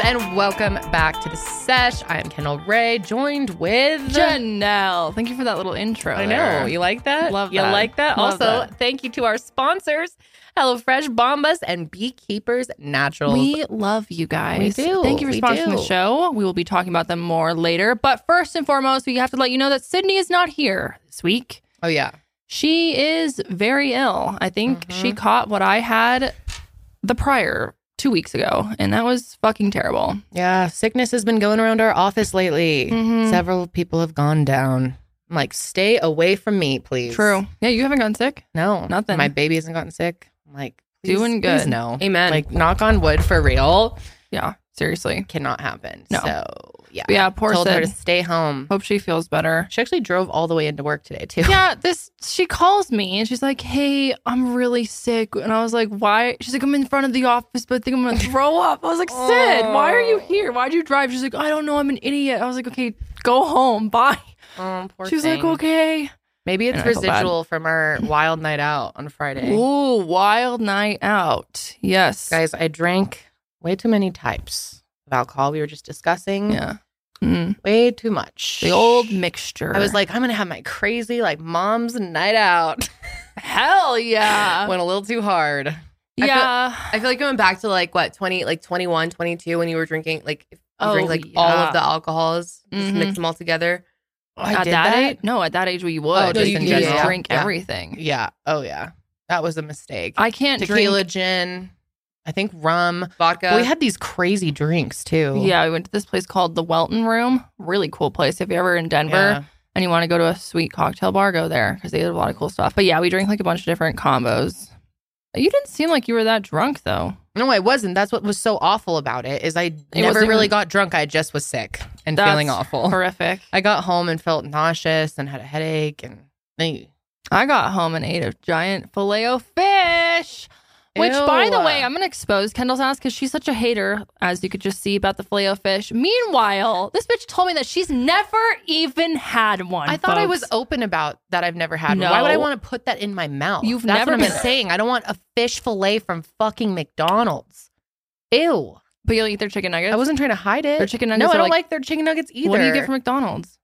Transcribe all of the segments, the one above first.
and welcome back to the sesh. I am Kendall Ray, joined with Janelle. Thank you for that little intro. I there. know you like that. Love you that. like that. Love also, that. thank you to our sponsors, HelloFresh, Bombas, and Beekeepers Naturals. We love you guys. We do. Thank you for We sponsoring do. the show. We will be talking about them more later. But first and foremost, we have to let you know that Sydney is not here this week. oh yeah, She is very ill. I think Mhm. she caught what I had the prior two weeks ago, and that was fucking terrible. yeah. Sickness has been going around our office lately. Mhm. Several people have gone down. I'm like, stay away from me, please. True. Yeah, you haven't gotten sick. No, Nothing. My baby hasn't gotten sick. I'm like, please- Doing good. Please no. Amen. Like, knock on wood for real. Yeah, seriously. Cannot happen. No. So yeah. Yeah, poor Told her to Sid. stay home. Hope she feels better. She actually drove all the way into work today too. yeah, this she calls me and she's like, "Hey, I'm really sick," and I was like, "Why?" She's like, "I'm in front of the office, but I think I'm gonna throw up." I was like, "Sid, why are Oh. you here? Why'd you drive?" She's like, "I don't know. I'm an idiot." I was like, "Okay, go home. Bye." Oh, poor she's like, thing. "Okay." Maybe it's And I felt bad. residual from our wild night out on Friday. Ooh, wild night out. Yes, Guys, I drank way too many types of alcohol. We were just discussing yeah, Mm, way too much. the old mixture. I was like, I'm gonna have my crazy like mom's night out. "Hell yeah, Went a little too hard. I feel- yeah." I feel like going back to like what 20 like 21 22 when you were drinking like if you Oh, drink like all yeah. of the alcohols just Mhm. mix them all together I at did Oh, that, Mm-hmm. that? age, no, at that age, we would. Oh, just you in could just general. drink Yeah. everything. Yeah. Oh yeah. That was a mistake. I can't drink Tequila, gin, I think rum. vodka We had these crazy drinks too. Yeah, we went to this place called the Welton Room. Really cool place. If you're ever in Denver Yeah. and you want to go to a sweet cocktail bar, go there because they have a lot of cool stuff. But yeah, we drank like a bunch of different combos. You didn't seem like you were that drunk though. No, I wasn't. That's what was so awful about it is I never wasn't really even- got drunk. I just was sick and That's feeling awful. Horrific. I got home and felt nauseous and had a headache and they, I got home and ate a giant filet o fish. Which, by the Ew. way, I'm going to expose Kendall's ass because she's such a hater, as you could just see about the filet o fish. Meanwhile, this bitch told me that she's never even had one. I thought I was folks. open about that I've never had. one. Why would I No. want to put that in my mouth? You've That's never what I'm been- saying. I don't want a fish fillet from fucking McDonald's. Ew. But you'll eat their chicken nuggets. I wasn't trying to hide it. Their chicken no, nuggets I are don't like, like- their chicken nuggets either. What do you get from McDonald's?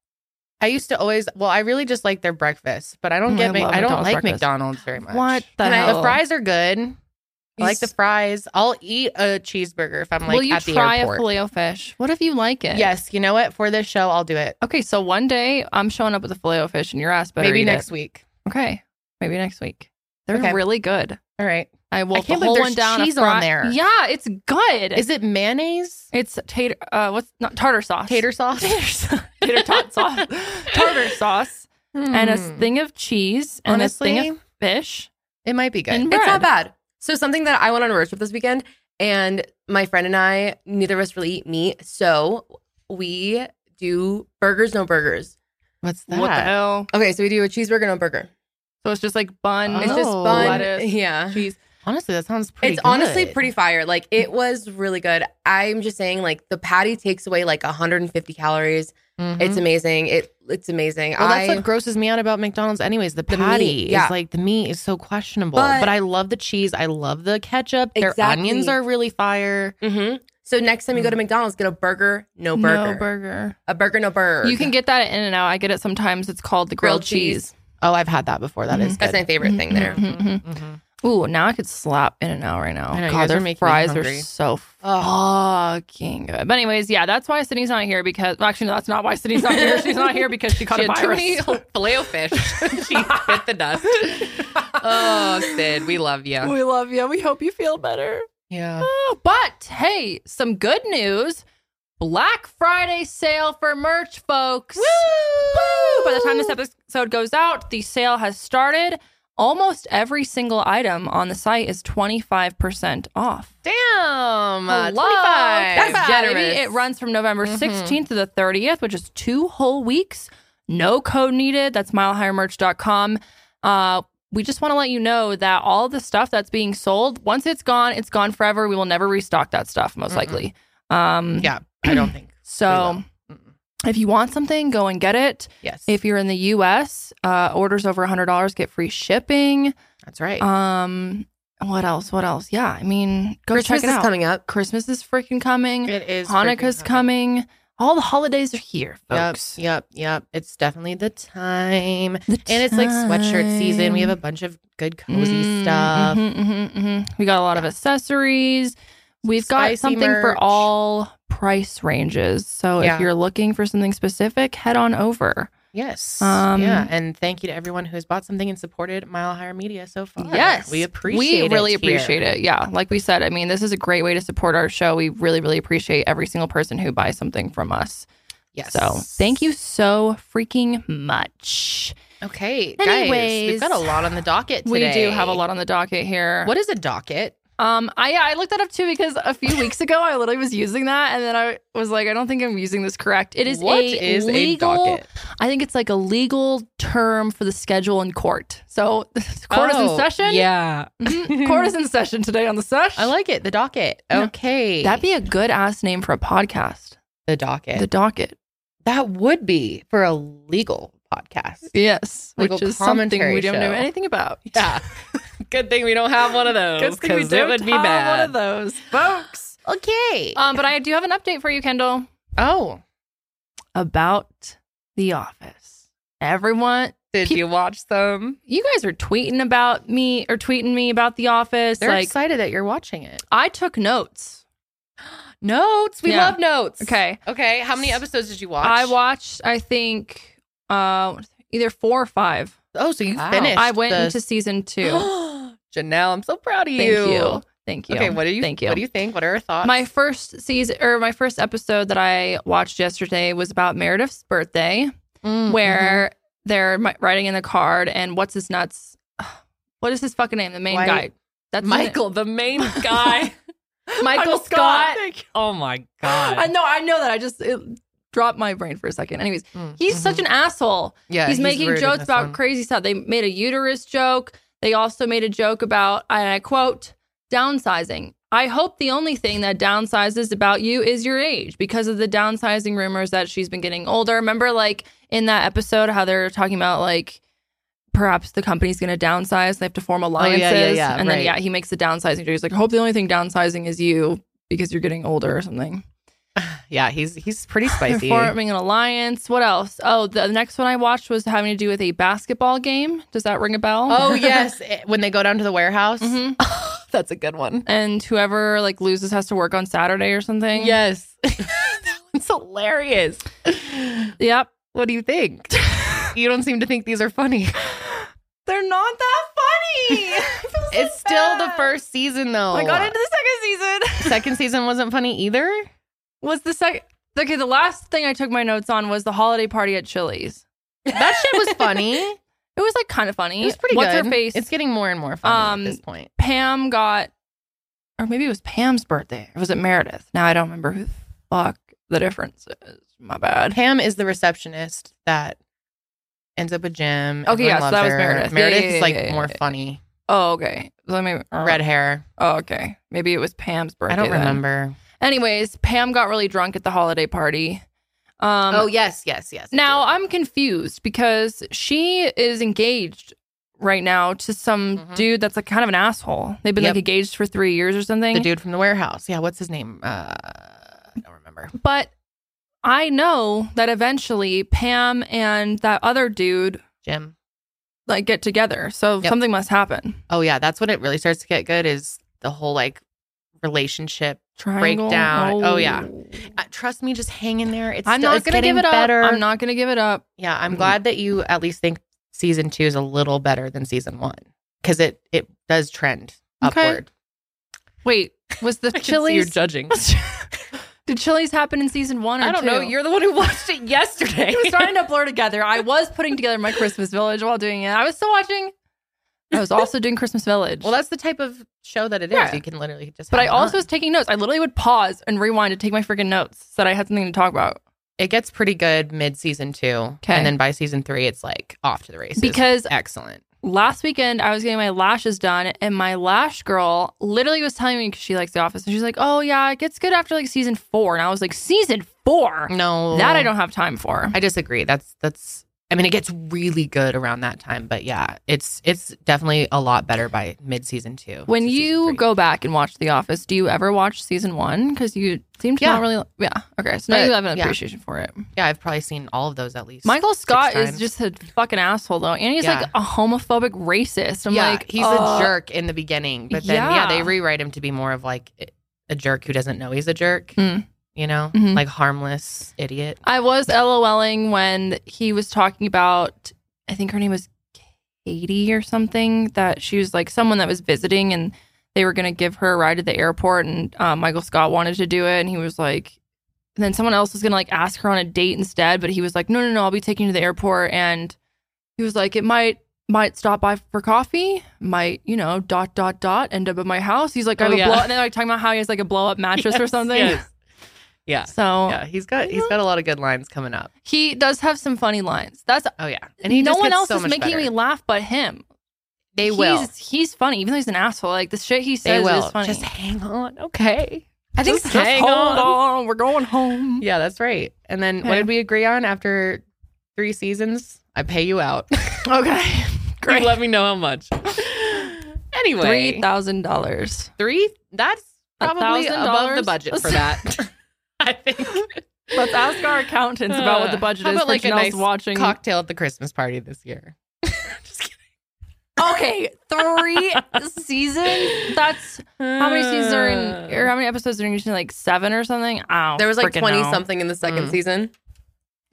I used to always well, I really just like their breakfast, but I don't Mm, get I Mc- love I don't McDonald's like breakfast. McDonald's very much. What the And I- hell? The fries are good. I like the These- fries. I'll eat a cheeseburger if I'm like Will you at the try airport. a filet o fish? What if you like it? yes, you know what? For this show, I'll do it. Okay, so one day I'm showing up with a filet o fish and your ass better. Maybe eat next It. week. Okay, maybe next week. They're Okay. really good. All right. I will I can't believe the whole there's one down. a cheese on fry- there. Yeah, it's good. Is it mayonnaise? it's tater. Uh, what's not tartar sauce? Tater sauce? Tater sauce. tater tot sauce. tartar sauce and a Hmm. thing of cheese and a Honestly, thing of fish. it might be good. And- it's bread. not bad so something that I went on a road trip this weekend and my friend and I neither of us really eat meat so we do burgers no burgers What's that? What the hell? okay so we do a cheeseburger no burger So it's just like bun. it's just Oh. bun lettuce, yeah cheese. honestly, that sounds pretty it's honestly good. pretty fire. Like it was really good. I'm just saying, like the patty takes away like 150 calories. Mhm. It's amazing. It it's amazing. well, that's I what grosses me out about McDonald's, anyways. The The meat, patty yeah. is like the meat is so questionable, but, But- I love the cheese. I love the ketchup. Their Exactly. onions are really fire. Mhm. So next time you go Mm-hmm. to McDonald's, get a burger, no burger, No burger. a burger, no burger. You can get that at In and Out. I get it sometimes. It's called the grilled, cheese. Oh, I've had that before. That is Mm-hmm. That's my favorite thing there. Mhm, mhm. good. Mhm. Ooh, now I could slap In and Out right now. I know, you guys God, are their making me fries are hungry. so Ugh. fucking good. But anyways, yeah, that's why Sydney's not here because well, actually no, that's not why Sydney's not here. She's not here because she caught She a had too virus. many filet Mm-hmm. fish. she bit the dust. Oh, Sid, we love you. we love you. We hope you feel better. Yeah. Oh, but hey, some good news. Black Friday sale for merch, folks. Woo! By the time this episode goes out, the sale has started. Almost every single item on the site is 25% off. Damn. uh, Hello. 25. That's Baby, generous. It runs from November Mhm. 16th to the 30th, which is two whole weeks. No code needed. That's milehighermerch.com. Uh, we just want to let you know that all the stuff that's being sold, once it's gone, it's gone forever. We will never restock that stuff, most Mhm. likely. Um, Yeah, I don't think. So We will. Mm-mm. if you want something, go and get it. Yes. If you're in the US, uh, orders over $100 get free shipping. that's right. Um, What else? What else? Yeah, I mean, go Christmas check it is out. coming up. Christmas is freaking coming. It is. freaking Hanukkah's coming. All the holidays are here, Yep, folks. yep, yep. It's definitely the time. The And it's like sweatshirt season. We have a time. bunch of good cozy Mm, stuff. mhm, mhm, mhm. We got a lot of accessories. We've got Spicy something for merch. all price ranges. So Yeah. if you're looking for something specific, head on over. Yes. Um, yeah. And thank you to everyone who's bought something and supported Mile Higher Media so far. Yes. We appreciate We it. really here. appreciate it. Yeah. Like we said, I mean, this is a great way to support our show. We really, really appreciate every single person who buys something from us. Yes. So thank you so freaking much. Okay. guys, Anyways. we've got a lot on the docket today. We do have a lot on the docket here. What is a docket? Um, I yeah, I looked that up too because a few weeks ago I literally was using that, and then I was like, I don't think I'm using this correct. It is What a is legal. a docket? I think it's like a legal term for the schedule in court. So court is in Oh, session. Yeah. Mhm. court is in session today on the sesh. I like it. The docket. No. Okay. that'd be a good ass name for a podcast. the docket. The docket. that would be for a legal podcast. Yes, Legal which is something commentary we don't know show. anything about. Yeah. Good thing we don't have one of those Good thing we because it don't would be have bad. One of those folks. Okay. Um, but I do have an update for you, Kendall. oh, about The Office. Everyone, did Pe- you watch them? you guys are tweeting about me or tweeting me about The Office. They're like, excited that you're watching it. I took notes. Notes. We Yeah. love notes. Okay. Okay. How many episodes did you watch? I watched, I think, uh, either four or five. Oh, so you Wow. finished. I went the- into season two. Janelle, I'm so proud of Thank you. you. Thank you. Okay. What do you? Thank you. What do you think? What are your thoughts? my first season or my first episode that I watched yesterday was about Meredith's birthday. Mm, where they're mi- riding in the card and what's his nuts? What is his fucking name? The main White- guy. That's mhm. his Michael, the main guy, name. Michael Michael Scott. Scott. Thank you. Oh my god. I know. I know that. I just it dropped my brain for a second. Anyways, Mm, Mm-hmm. he's mhm. such an asshole. Yeah, he's, making rude in jokes this about one. crazy stuff. They made a uterus joke. They also made a joke about, and I quote, downsizing. I hope the only thing that downsizes about you is your age because of the downsizing rumors that she's been getting older. Remember, like in that episode, how they're talking about like perhaps the company's going to downsize. They have to form alliances. Oh, yeah, yeah, and right. then, yeah, he makes a downsizing joke. He's like, I hope the only thing downsizing is you because you're getting older or something. Yeah, he's he's pretty They're spicy. Forming an alliance. What else? Oh, the next one I watched was having to do with a basketball game. Does that ring a bell? oh yes, eh, when they go down to the warehouse, Mhm. that's a good one. And whoever like loses has to work on Saturday or something. Yes, that one's hilarious. Yep. What do you think? you don't seem to think these are funny. They're not that funny. It's still the first season though. I got into the second season. Second season wasn't funny either. was the second? Okay, the last thing I took my notes on was the holiday party at Chili's. That shit was funny. It was like kind of funny. It was pretty What's good. her face? It's getting more and more funny Um, at this point. Pam got, or maybe it was Pam's birthday, or was it Meredith? Now I don't remember who the fuck the difference is. My bad. Pam is the receptionist that ends up with Jim. Okay, yeah, Everyone so loves that was her. Meredith. Yeah, Meredith's yeah, yeah, like yeah, more yeah. funny. Oh, okay. Let me Red hair. Oh, okay. Maybe it was Pam's birthday. I don't then. remember. Anyways, Pam got really drunk at the holiday party. Um, oh yes, yes, yes. I now do. I'm confused because she is engaged right now to some Mhm. dude that's like kind of an asshole. They've been Yep. like engaged for three years or something. the dude from the warehouse. Yeah, what's his name? Uh, I don't remember. But I know that eventually Pam and that other dude Jim. like get together. So Yep. something must happen. Oh yeah, that's when it really starts to get good. Is the whole like relationship? Triangle. Breakdown. Oh, yeah. Uh, trust me, just hang in there. It's I'm still- not it's gonna getting give it up. better. I'm not gonna give it up. Yeah, I'm Mm. glad that you at least think season two is a little better than season one because it it does trend Okay. upward. Wait, was the Chili's judging. Did Chili's happen in season one or I don't know. two? You're the one who watched it yesterday. It was starting to blur together. I was putting together my Christmas Village while doing it. I was still watching. I was also doing Christmas Village. well, that's the type of show that it is. Yeah. You can literally just. but I have it on. also was taking notes. I literally would pause and rewind to take my freaking notes so that I had something to talk about. it gets pretty good mid season two, Okay. and then by season three, it's like off to the races. Because excellent. last weekend I was getting my lashes done, and my lash girl literally was telling me 'cause she likes The Office, and she's like, "Oh yeah, it gets good after like season four. and I was like, "Season four? No, That I don't have time for." I disagree. That's that's I mean, it gets really good around that time, but yeah, it's it's definitely a lot better by mid season two. When to season you three. go back and watch The Office, do you ever watch season one? Because you seem to Yeah. not really. Yeah. Okay. So now But, you have an yeah. appreciation for it. yeah, I've probably seen all of those at least. Michael Scott is times. just a fucking asshole though, and he's like Yeah. a homophobic racist. I'm yeah, like, he's uh, a jerk in the beginning, but then yeah. they yeah. rewrite him to be more of like a jerk who doesn't know he's a jerk. Mm. You know, Mhm. like harmless idiot. I was LOLing when he was talking about, I think her name was Katie or something, that she was like someone that was visiting and they were going to give her a ride to the airport. And uh, Michael Scott wanted to do it. And he was like, and then someone else was going to like ask her on a date instead. But he was like, no, no, no, I'll be taking you to the airport. And he was like, it might. Might stop by for coffee. Might you know dot dot dot end up at my house. He's like I Oh, have yeah. a blow. And then like talking about how he has like a blow up mattress or Yes, something. yes. Yeah. So Yeah, he's got you he's know- got a lot of good lines coming up. he does have some funny lines. That's Oh yeah, and he no just one gets else so is much making better. me laugh but him. They he's, will. He's funny, even though he's an asshole. Like the shit he They says will. is funny. Just hang on, okay? I think just hang on. We're going home. Yeah, that's right. And then what Okay. did we agree on after three seasons? I pay you out. Okay. Great. Great. Let me know how much. Three anyway, thousand dollars. three. That's A probably thousand above the dollars? budget for that. I think. Let's ask our accountants about what the Uh, budget how is about for like a nice Janelle's watching. cocktail at the Christmas party this year. Just kidding. okay, three seasons. That's how many seasons are Uh, in, or how many episodes are in? each? Like seven or something. I don't There was like freaking 20 know. something in the second Mm. season.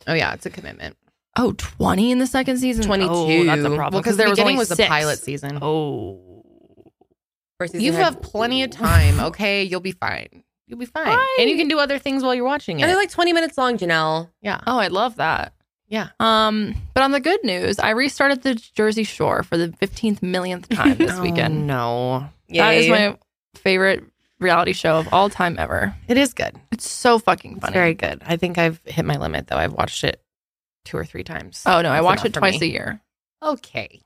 Oh yeah, it's a commitment. Oh, 20 in the second season. 22. Oh, that's a problem. Well, because the there was beginning only was the six. pilot season. Oh. Or season You had- have plenty of time, okay? You'll be fine. You'll be fine. And you Right. can do other things while you're watching And they're it. like 20 minutes long, Janelle. yeah. Oh, I love that. Yeah. Um, but on the good news, I restarted the Jersey Shore for the fifteenth millionth time this Oh, weekend. No. That is my favorite reality show of all time ever. It is good. It's so fucking It's funny. very good. I think I've hit my limit though. I've watched it two or three times. oh no, I That's watch enough it for twice me. a year, Okay.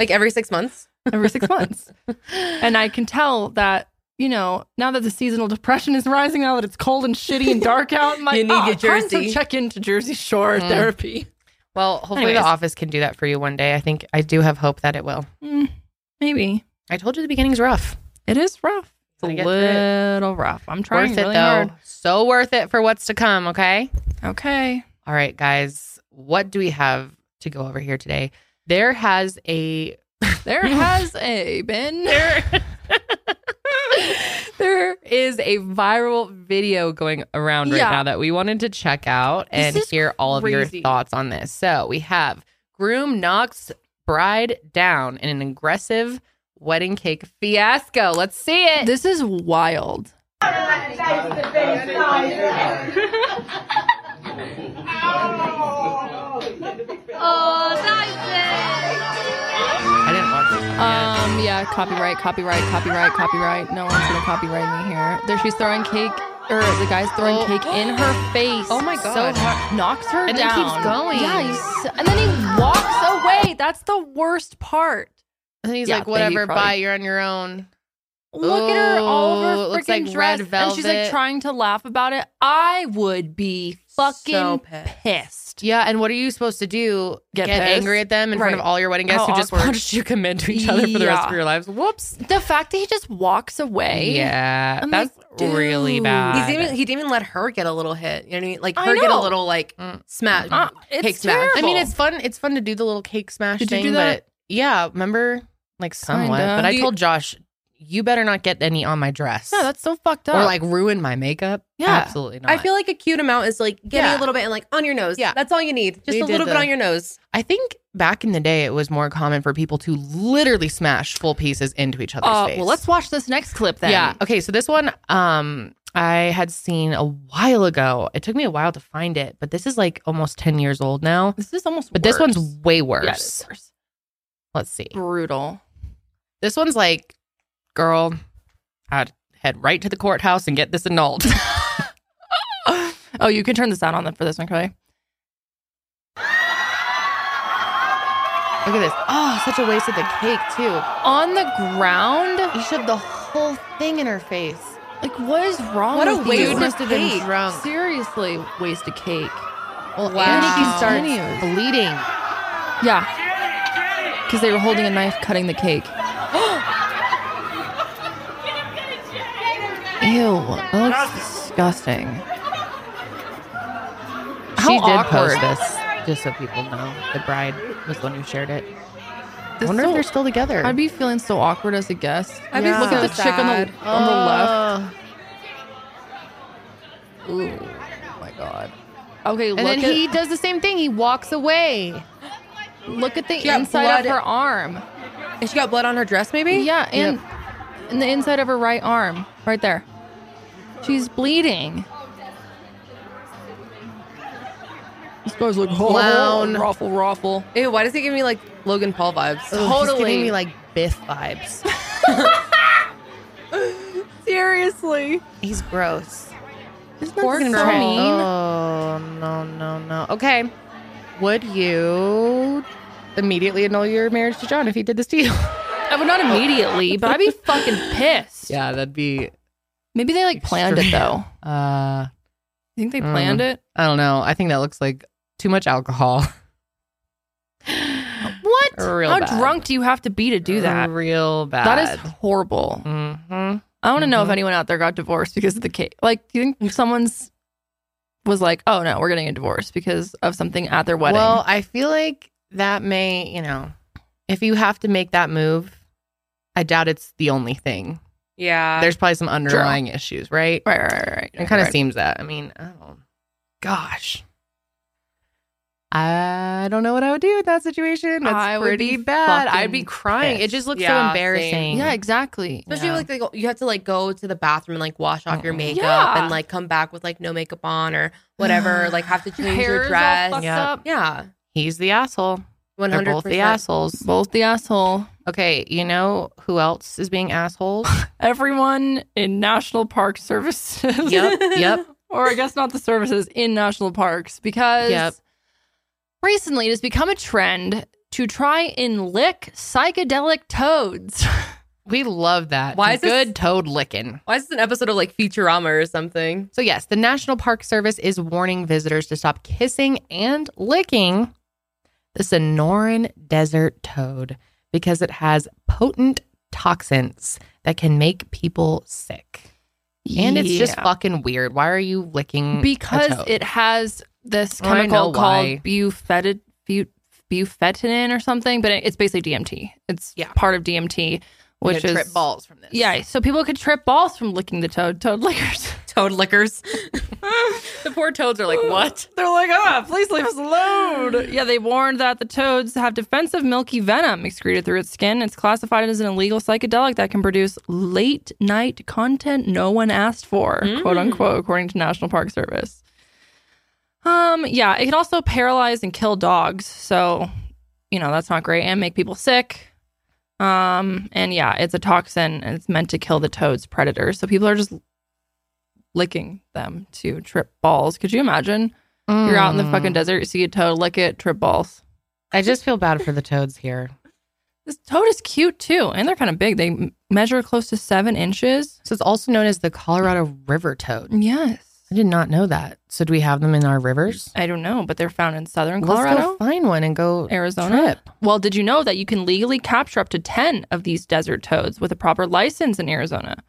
like every six months. every six months, and I can tell that. You know, now that the seasonal depression is rising, now that it's cold and shitty and dark out, I'm like, You need "Oh, your time for jersey." check into Jersey Shore Mm. therapy. well, hopefully Anyways. the office can do that for you one day. I think I do have hope that it will. Mm, maybe I told you the beginning's rough. it is rough. It's Gotta a get through it. little rough. I'm trying worth really it though. hard. So worth it for what's to come, okay? Okay. All right, guys. What do we have to go over here today? There has a There has a been there. there is a viral video going around right Yeah. now that we wanted to check out This and is hear all of your crazy. thoughts on this. So we have groom knocks bride down in an aggressive wedding cake fiasco. Let's see it. This is wild. I didn't watch this. Um, yeah, copyright, copyright, copyright, copyright. No one's gonna copyright me here. There, she's throwing cake, or the guy's throwing Oh. cake in her face. Oh my God. So hard, knocks her And then down. keeps going. Yeah, he's, and then he walks away. That's the worst part. and he's yeah, like, they "Whatever, probably- bye. You're on your own." Look at her all Ooh, over looks freaking like red dress, and she's like velvet. trying to laugh about it. I would be fucking So pissed. pissed. Yeah, and what are you supposed to do? Get Get, pissed? angry at them in front Right. of all your wedding guests How who just awkward. watched you commit to each other for the rest of Yeah. your lives? Whoops. The fact that he just walks away. Yeah, I'm that's like, really dude. bad. He's even, he didn't even let her get a little hit. You know what I mean? Like I her get a know. little like Mm. smash. Uh, it's Cake smash. I terrible. mean, it's fun. It's fun to do the little cake smash Did you thing, do that? but yeah, remember like somewhat. Kinda. But I Do you- told Josh, you better not get any on my dress. no, that's so fucked up. or like ruin my makeup. Yeah. absolutely not. I feel like a cute amount is like getting Yeah. a little bit and like on your nose. Yeah. That's all you need. Just We a did little bit the- on your nose. I think back in the day, it was more common for people to literally smash full pieces into each other's uh, face. well, let's watch this next clip then. Yeah. Okay. So this one, um, I had seen a while ago. It took me a while to find it, but this is like almost ten years old now. this is almost. But this worse. one's way worse. Yeah, it is worse. Let's see. Brutal. This one's like, girl, I'd head right to the courthouse and get this annulled. Oh, you can turn the sound on them for this one, Chloe. Look at this. Oh, such a waste of the cake too. On the ground, You shoved the whole thing in her face. like what is wrong? What a with waste you? of must have been cake. drunk. Seriously, waste of cake. Well, Wow. Annie starts Continues. bleeding. Yeah. Because they were holding a knife cutting the cake. Ew, that looks disgusting. How she did awkward. post this, just so people know. The bride was the one who shared it. I This wonder if so- they're still together. I'd be feeling so awkward as a guest. I'd I'd be be look so at the chick on the sad. on the left. Oh. Ooh, my god. Okay, look And then at he does the same thing. He walks away. look at the got inside of blood- her arm. And she got blood on her dress, maybe? Yeah, and in the inside of her right arm, right there. She's bleeding. This guy's like Clown. ruffle, ruffle. Ew, why does it give me like Logan Paul vibes? Ugh, he's Totally. giving me like Biff vibes. Seriously. He's gross. Isn't Poor that so girl. mean? Oh no no no. Okay, would you immediately annul your marriage to John if he did this to you? I would not immediately, but I'd be fucking pissed. Yeah, that'd be. Maybe they like planned it though. Uh, You think they Mm. planned it? I don't know. I think that looks like too much alcohol. What? Real How bad. drunk do you have to be to do that? real bad. That is horrible. Mm-hmm. I want to know if Mhm. anyone out there got divorced because of the cake. Like, do you think someone's was like, "Oh no, we're getting a divorce because of something at their wedding"? Well, I feel like that may, you know, if you have to make that move, I doubt it's the only thing. Yeah. There's probably some underlying issues, right? right, right, right, right. It kind of right. seems that. I mean, oh, gosh. I don't know what I would do in that situation. That's I would pretty be bad. fucking I'd be crying. It just looks so Yeah, embarrassing. same. Yeah, exactly. Especially Yeah. like they go, you have to like go to the bathroom and like wash off your Mm-mm. makeup Yeah. and like come back with like no makeup on or whatever. like have to Your change your, hair is all dress. fucked Yeah. up. Yeah, He's the asshole. one They're hundred both the percent. assholes. Both the asshole. Okay, you know who else is being assholes? Everyone in National Park Services. Yep, yep. or I guess not the services in national parks because Yep. recently it has become a trend to try and lick psychedelic toads. We love that. Some Why is this- good toad licking? Why is this an episode of like Futurama or something? So, yes, the National Park Service is warning visitors to stop kissing and licking the Sonoran desert toad because it has potent toxins that can make people sick. And it's just Yeah. fucking weird. Why are you licking? a because toad? it has this Oh, Mm, I know chemical why. called bufetin, bu, bufetin or something, but it- it's basically DMT. It's Yeah. part of DMT, You're which gonna is trip balls from this. Yeah, so people could trip balls from licking the toad toad lickers. Toad lickers. the poor toads are like, what? They're like, ah, please leave us alone. Yeah, they warned that the toads have defensive milky venom excreted through its skin. It's classified as an illegal psychedelic that can produce late night content no one asked for, quote unquote, according to National Park Service. Um, yeah, it can also paralyze and kill dogs, so you know that's not great, and make people sick. Um, and yeah, it's a toxin, and it's meant to kill the toads' predators. So people are just licking them to trip balls. Could you imagine? You're out in the Mm. fucking desert, you see a toad, lick it, trip balls. I just feel bad for the toads here. This toad is cute too, and they're kind of big. They m- measure close to seven inches. So, it's also known as the Colorado River toad. Yes, I did not know that. So, do we have them in our rivers? I don't know, but they're found in southern Let's Colorado. go find one and go Arizona. Trip. Well, did you know that you can legally capture up to 10 of these desert toads with a proper license in Arizona?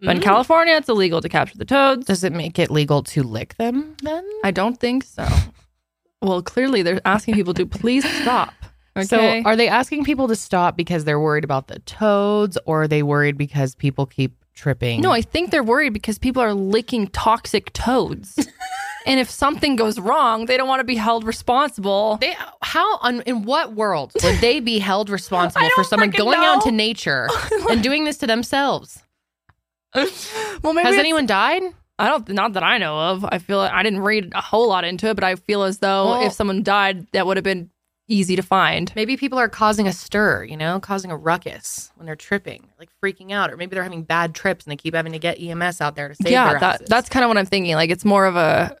But Mm. Mm-hmm. in California, it's illegal to capture the toads. Does it make it legal to lick them then? I don't think so. well, clearly they're asking people to please stop. Okay. So are they asking people to stop because they're worried about the toads or are they worried because people keep tripping? no, I think they're worried because people are licking toxic toads. and if something goes wrong, they don't want to be held responsible. they how on in what world would they be held responsible I for don't someone fucking going know. out into nature and doing this to themselves? well, maybe Has it's- anyone died? I don't not that I know of. I feel I didn't read a whole lot into it, but I feel as though Well- if someone died, that would have been easy to find. Maybe people are causing a stir, you know, causing a ruckus when they're tripping, like freaking out, or maybe they're having bad trips and they keep having to get EMS out there to save yeah, their that, asses. that's kind of what I'm thinking. Like it's more of a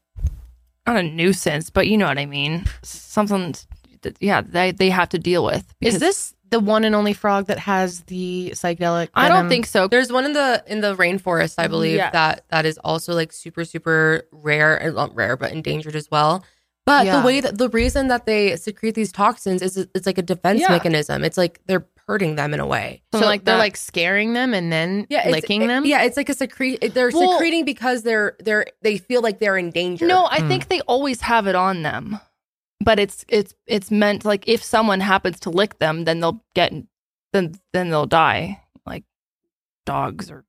not a nuisance, but you know what I mean. Something, that, yeah, they they have to deal with. Is because- this the one and only frog that has the psychedelic? I venom? don't think so. There's one in the in the rainforest, I believe Yes. that that is also like super super rare and not rare, but endangered as well. But Yeah. the way that the reason that they secrete these toxins is it's like a defense Yeah. mechanism. It's like they're hurting them in a way. So Something like they're that. like scaring them and then it's- licking it- them. Yeah, it's like a secrete. it- They're Well- secreting because they're they're they feel like they're in danger. No, I Mm. think they always have it on them. But it's it's it's meant like if someone happens to lick them, then they'll get then then they'll die. Like dogs or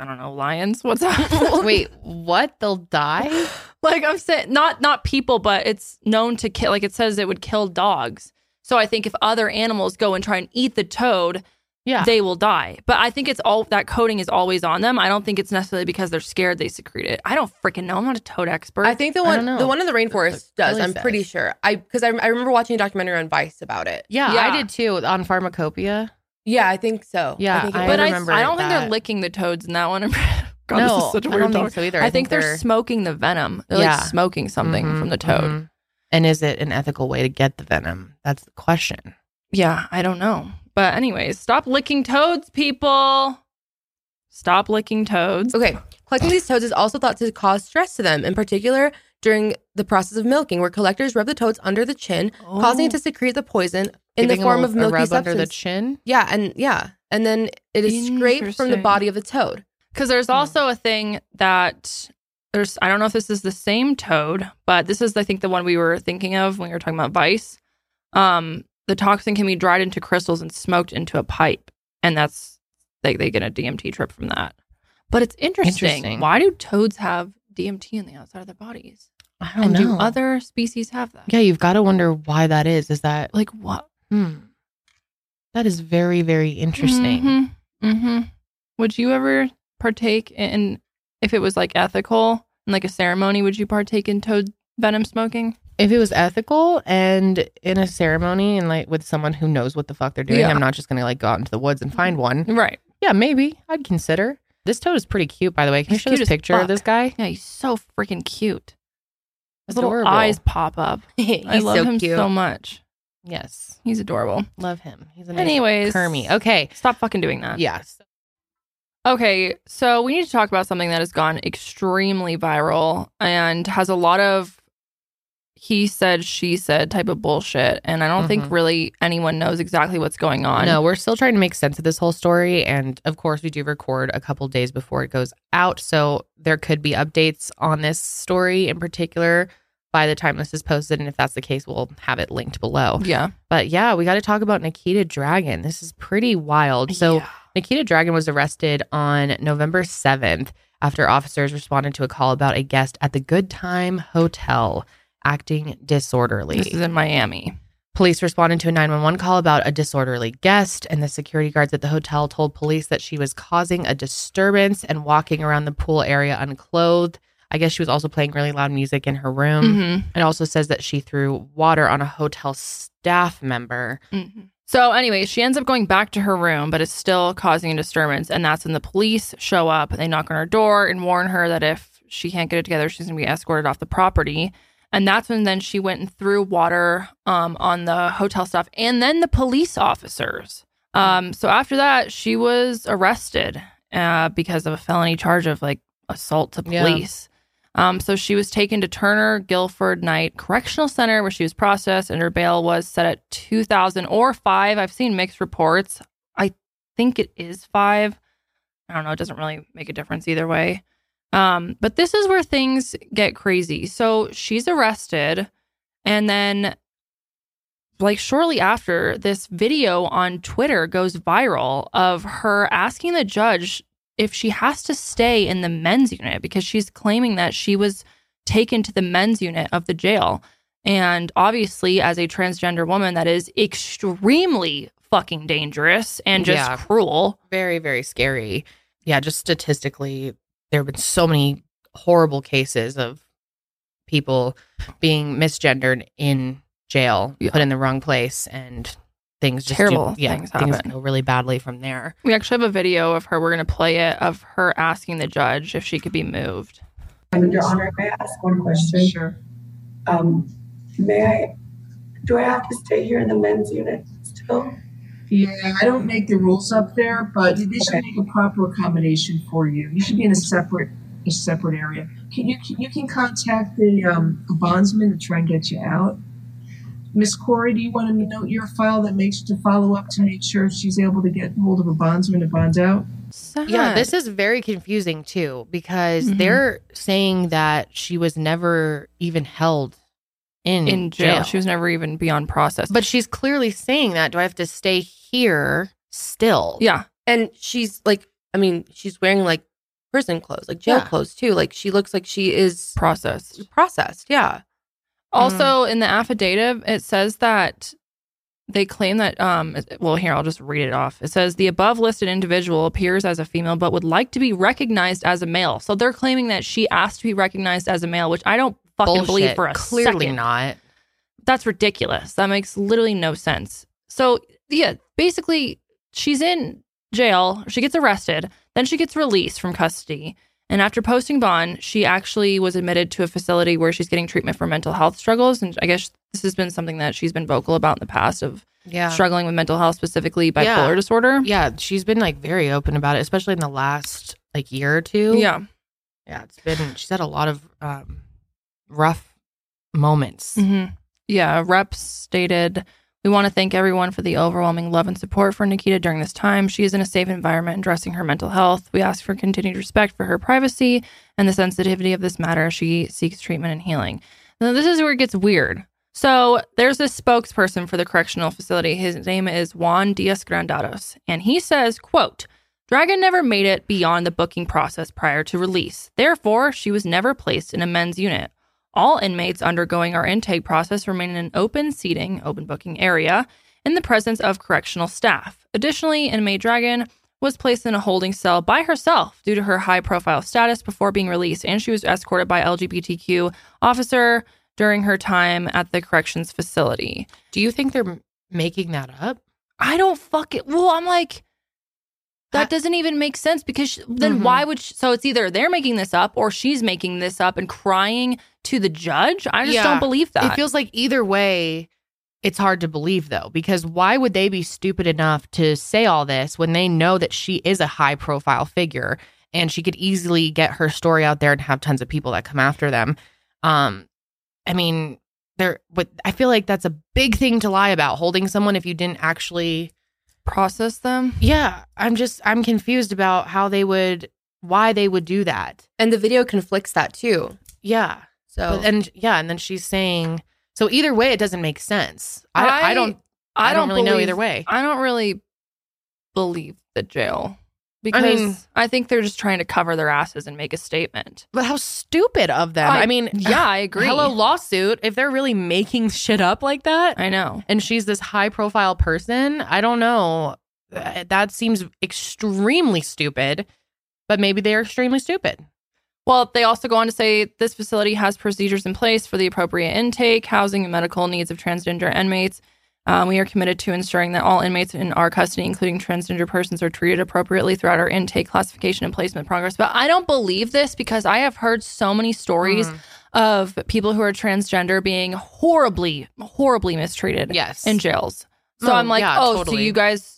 I don't know, lions. What's that? Wait, what? They'll die? like I'm saying not not people, but it's known to kill like it says it would kill dogs. So I think if other animals go and try and eat the toad, Yeah. they will die. But I think it's all that coating is always on them. I don't think it's necessarily because they're scared they secrete it. I don't freaking know. I'm not a toad expert. I think the I one don't know. the one in the rainforest does. Ellie I'm says. pretty sure. I because I, I remember watching a documentary on Vice about it. Yeah, Yeah. I did too on Pharmacopoeia. Yeah, I think so. Yeah, I think I but I, remember I don't think that. they're licking the toads in that one. God, no, this is such I a weird don't think dog. so either. I, think, they're, smoking the venom. They're Yeah. like smoking something Mhm, from the toad. mhm. And is it an ethical way to get the venom? That's the question. Yeah, I don't know. But anyways, stop licking toads, people. Stop licking toads. Okay. Collecting these toads is also thought to cause stress to them, in particular during the process of milking, where collectors rub the toads under the chin, causing it to secrete the poison Oh. in Oh. Giving the them form a- of a milky rub substance. under the chin. yeah, and yeah, and then it is scraped from the Interesting. body of the toad. Because there's also a thing that there's, I don't know if this is the same toad, but this is, I think, the one we were thinking of when we were talking about Vice. Um, the toxin can be dried into crystals and smoked into a pipe. And that's, they, they get a DMT trip from that. But it's interesting. Interesting. Why do toads have DMT on the outside of their bodies? I don't and know. do other species have that? yeah, you've got to wonder why that is. Is that Like what? hmm. That is very, very interesting. Mm-hmm. hmm Would you ever partake in, if it was like ethical, in like a ceremony, would you partake in toad venom smoking? If it was ethical and in a ceremony and like with someone who knows what the fuck they're doing, Yeah. I'm not just gonna like go out into the woods and find one. Right. Yeah, maybe I'd consider. This toad is pretty cute, by the way. Can you He's show cute this as picture fuck. of this guy? Yeah, he's so freaking cute. His Adorable. little eyes pop up. He's I love so him cute. so much. Yes, He's adorable. love him. He's amazing. Anyways, Kermie. Okay. Stop fucking doing that. Yes. Okay, so we need to talk about something that has gone extremely viral and has a lot of he said, she said type of bullshit. And I don't think Mhm. really anyone knows exactly what's going on. No, we're still trying to make sense of this whole story. And of course, we do record a couple days before it goes out. So there could be updates on this story in particular by the time this is posted. And if that's the case, we'll have it linked below. Yeah. But yeah, we got to talk about Nikita Dragon. This is pretty wild. So Nikita Dragon was arrested on November 7th after officers responded to a call about a guest at the Good Time Hotel acting disorderly. this is in Miami. Police responded to a 911 call about a disorderly guest, and the security guards at the hotel told police that she was causing a disturbance and walking around the pool area unclothed. I guess she was also playing really loud music in her room. Mm-hmm. It also says that she threw water on a hotel staff member. hmm So, anyway, she ends up going back to her room, but is still causing a disturbance. And that's when the police show up. They knock on her door and warn her that if she can't get it together, she's going to be escorted off the property. And that's when then she went and threw water um, on the hotel staff and then the police officers. Um, so after that, she was arrested uh, because of a felony charge of like assault to Yeah. police. Um, so she was taken to Turner Guilford Knight Correctional Center where she was processed, and her bail was set at two thousand or five. I've seen mixed reports. I think it is five. I don't know. It doesn't really make a difference either way. Um, but this is where things get crazy. So she's arrested, and then like shortly after this video on Twitter goes viral of her asking the judge if she has to stay in the men's unit because she's claiming that she was taken to the men's unit of the jail. And obviously, as a transgender woman, that is extremely fucking dangerous and just Yeah. cruel. Very, very scary. Yeah, just statistically, there have been so many horrible cases of people being misgendered in jail, Yeah. put in the wrong place, and things just do- Terrible yeah, things things, happen. go really badly from there. We actually have a video of her. We're going to play it of her asking the judge if she could be moved. Your Honor, may I ask one question? Sure. Um, may I, do I have to stay here in the men's unit still? Yeah, I don't make the rules up there, but they should Okay. make a proper accommodation for you. You should be in a separate, a separate area. can, you can, you can contact the um, bondsman to try and get you out. Miss Corey, do you want to note your file that makes to follow up to make sure she's able to get hold of a bondsman to bond out? Sad. Yeah, this is very confusing too because Mhm. they're saying that she was never even held in, in jail. She was never even beyond process. but she's clearly saying that. Do I have to stay here still? yeah, And she's like, I mean, she's wearing like prison clothes, like jail Yeah. clothes too. Like she looks like she is processed. Mm. processed. Yeah. Also, in the affidavit, it says that they claim that. Um, well, here I'll just read it off. It says the above listed individual appears as a female, but would like to be recognized as a male. So they're claiming that she asked to be recognized as a male, which I don't fucking Bullshit. believe for a clearly second. not. That's ridiculous. That makes literally no sense. So yeah, basically, she's in jail. She gets arrested. Then she gets released from custody. And after posting bond, she actually was admitted to a facility where she's getting treatment for mental health struggles. And I guess this has been something that she's been vocal about in the past of Yeah. struggling with mental health, specifically bipolar Yeah. disorder. Yeah, she's been like very open about it, especially in the last like year or two. Yeah. Yeah, it's been she's had a lot of um rough moments. hmm Yeah. Reps stated, We want to thank everyone for the overwhelming love and support for Nikita during this time. She is in a safe environment addressing her mental health. We ask for continued respect for her privacy and the sensitivity of this matter as she seeks treatment and healing. Now, this is where it gets weird. So, there's this spokesperson for the correctional facility. His name is Juan Diaz Grandados, and he says, quote, Dragon never made it beyond the booking process prior to release. Therefore, she was never placed in a men's unit. All inmates undergoing our intake process remain in an open seating, open booking area in the presence of correctional staff. Additionally, inmate Dragon was placed in a holding cell by herself due to her high profile status before being released, and she was escorted by LGBTQ officer during her time at the corrections facility. Do you think they're m- making that up? I don't fuck it. Well, I'm like, that I- doesn't even make sense because sh then Mhm. why would she, so it's either they're making this up or she's making this up and crying to the judge. I just Yeah. don't believe that. It feels like either way it's hard to believe though because why would they be stupid enough to say all this when they know that she is a high profile figure and she could easily get her story out there and have tons of people that come after them. Um I mean there but I feel like that's a big thing to lie about holding someone if you didn't actually process them. Yeah, I'm just I'm confused about how they would why they would do that. And the video conflicts that too. Yeah. So But- and yeah, and then she's saying so either way it doesn't make sense. I I, don't I, don't, really know believe- either way. I don't really believe the jail because I, mean- think they're just trying to cover their asses and make a statement. But how stupid of them. I, I- mean, Yeah, I agree. hello lawsuit if they're really making shit up like that I know. and she's this high profile person, I don't know. Uh, That seems extremely stupid. But maybe they are extremely stupid. Well, they also go on to say this facility has procedures in place for the appropriate intake, housing, and medical needs of transgender inmates. Um, we are committed to ensuring that all inmates in our custody, including transgender persons, are treated appropriately throughout our intake, classification, and placement progress. But I don't believe this because I have heard so many stories Mm. of people who are transgender being horribly, horribly mistreated Yes. in jails. So Oh, I'm like, yeah, oh, so totally. you guys,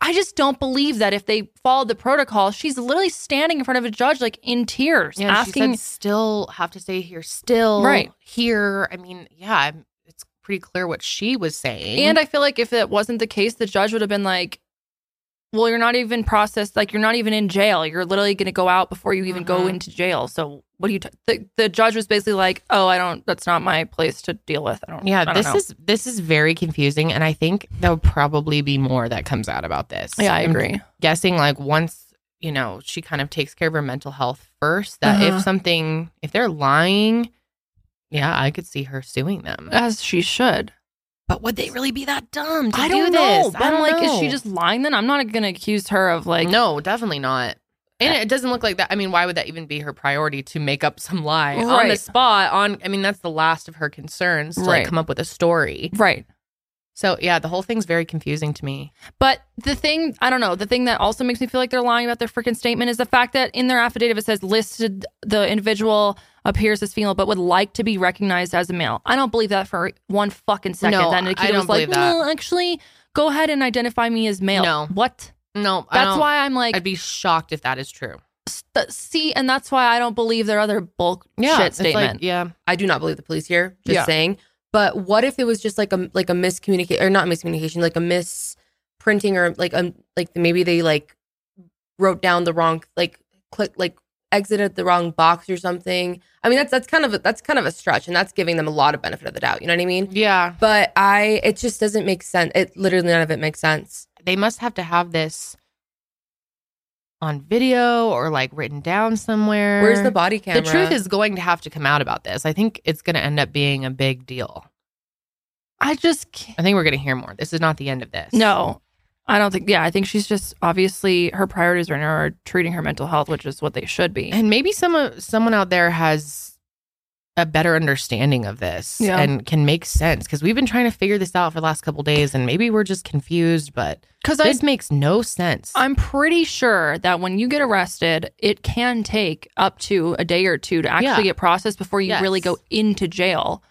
I just don't believe that if they followed the protocol, she's literally standing in front of a judge, like in tears, Yeah, and she asking. said still have to stay here, still Right. here. I mean, yeah, I'm- it's pretty clear what she was saying. and I feel like if it wasn't the case, the judge would have been like, well, you're not even processed, like you're not even in jail. You're literally going to go out before you even go Mhm. into jail. So what do you? T-? The, the judge was basically like, oh, I don't. That's not my place to deal with. I don't. I yeah, don't this know. is this is very confusing, and I think there'll probably be more that comes out about this. Yeah, I I'm agree. guessing like once you know she kind of takes care of her mental health first, that Uh-huh. if something if they're lying, yeah, I could see her suing them. As she should. But would they really be that dumb Um, to I do this? don't know. But I'm don't like, is she know. just lying? Then I'm not gonna accuse her of like. no, definitely not. And it doesn't look like that. I mean, why would that even be her priority to make up some lie on the Right. spot? On, I mean, that's the last of her concerns to like Right. come up with a story. Right. So yeah, the whole thing's very confusing to me. But the thing, I don't know, the thing that also makes me feel like they're lying about their freaking statement is the fact that in their affidavit it says listed the individual appears as female but would like to be recognized as a male. I don't believe that for one fucking second. No, that I Nikita don't was like, believe that. well, actually, go ahead and identify me as male. No. What? No, I That's don't- why I'm like, I'd be shocked if that is true. the, see, and that's why I don't believe their other bulk shit it's like- statement. yeah. I do not believe the police here. Just Yeah. saying. But what if it was just like a like a miscommunication or not miscommunication, like a misprinting or like um like maybe they like wrote down the wrong like click like exited the wrong box or something. I mean that's that's kind of a, that's kind of a stretch and that's giving them a lot of benefit of the doubt. You know what I mean? Yeah. But I it just doesn't make sense. It literally none of it makes sense. They must have to have this on video or like written down somewhere. Where's the body camera? The truth is going to have to come out about this. I think it's going to end up being a big deal. I just can't. I think we're going to hear more. This is not the end of this. No, I don't think. Yeah, I think she's just obviously her priorities right now are treating her mental health, which is what they should be. And maybe some someone out there has a better understanding of this Yeah. and can make sense because we've been trying to figure this out for the last couple days and maybe we're just confused, but Because I, this makes no sense. I'm pretty sure that when you get arrested, it can take up to a day or two to actually Yeah. get processed before you Yes. Mm-hmm. really go into jail.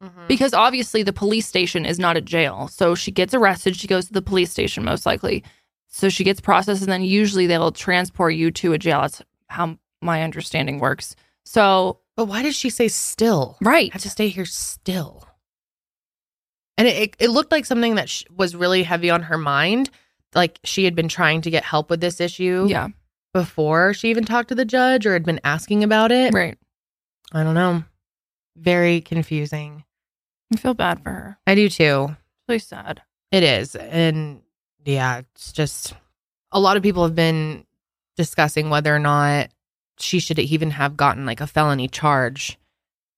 Mhm. Because obviously the police station is not a jail. So she gets arrested, she goes to the police station most likely. So she gets processed and then usually they'll transport you to a jail. That's how my understanding works. So But why did she say still? right. I have to stay here still. And it, it, it looked like something that sh- was really heavy on her mind. Like she had been trying to get help with this issue Yeah. before she even talked to the judge or had been asking about it. Right. I don't know. Very confusing. I feel bad for her. I do too. It's really sad. It is. And yeah, it's just a lot of people have been discussing whether or not she should even have gotten like a felony charge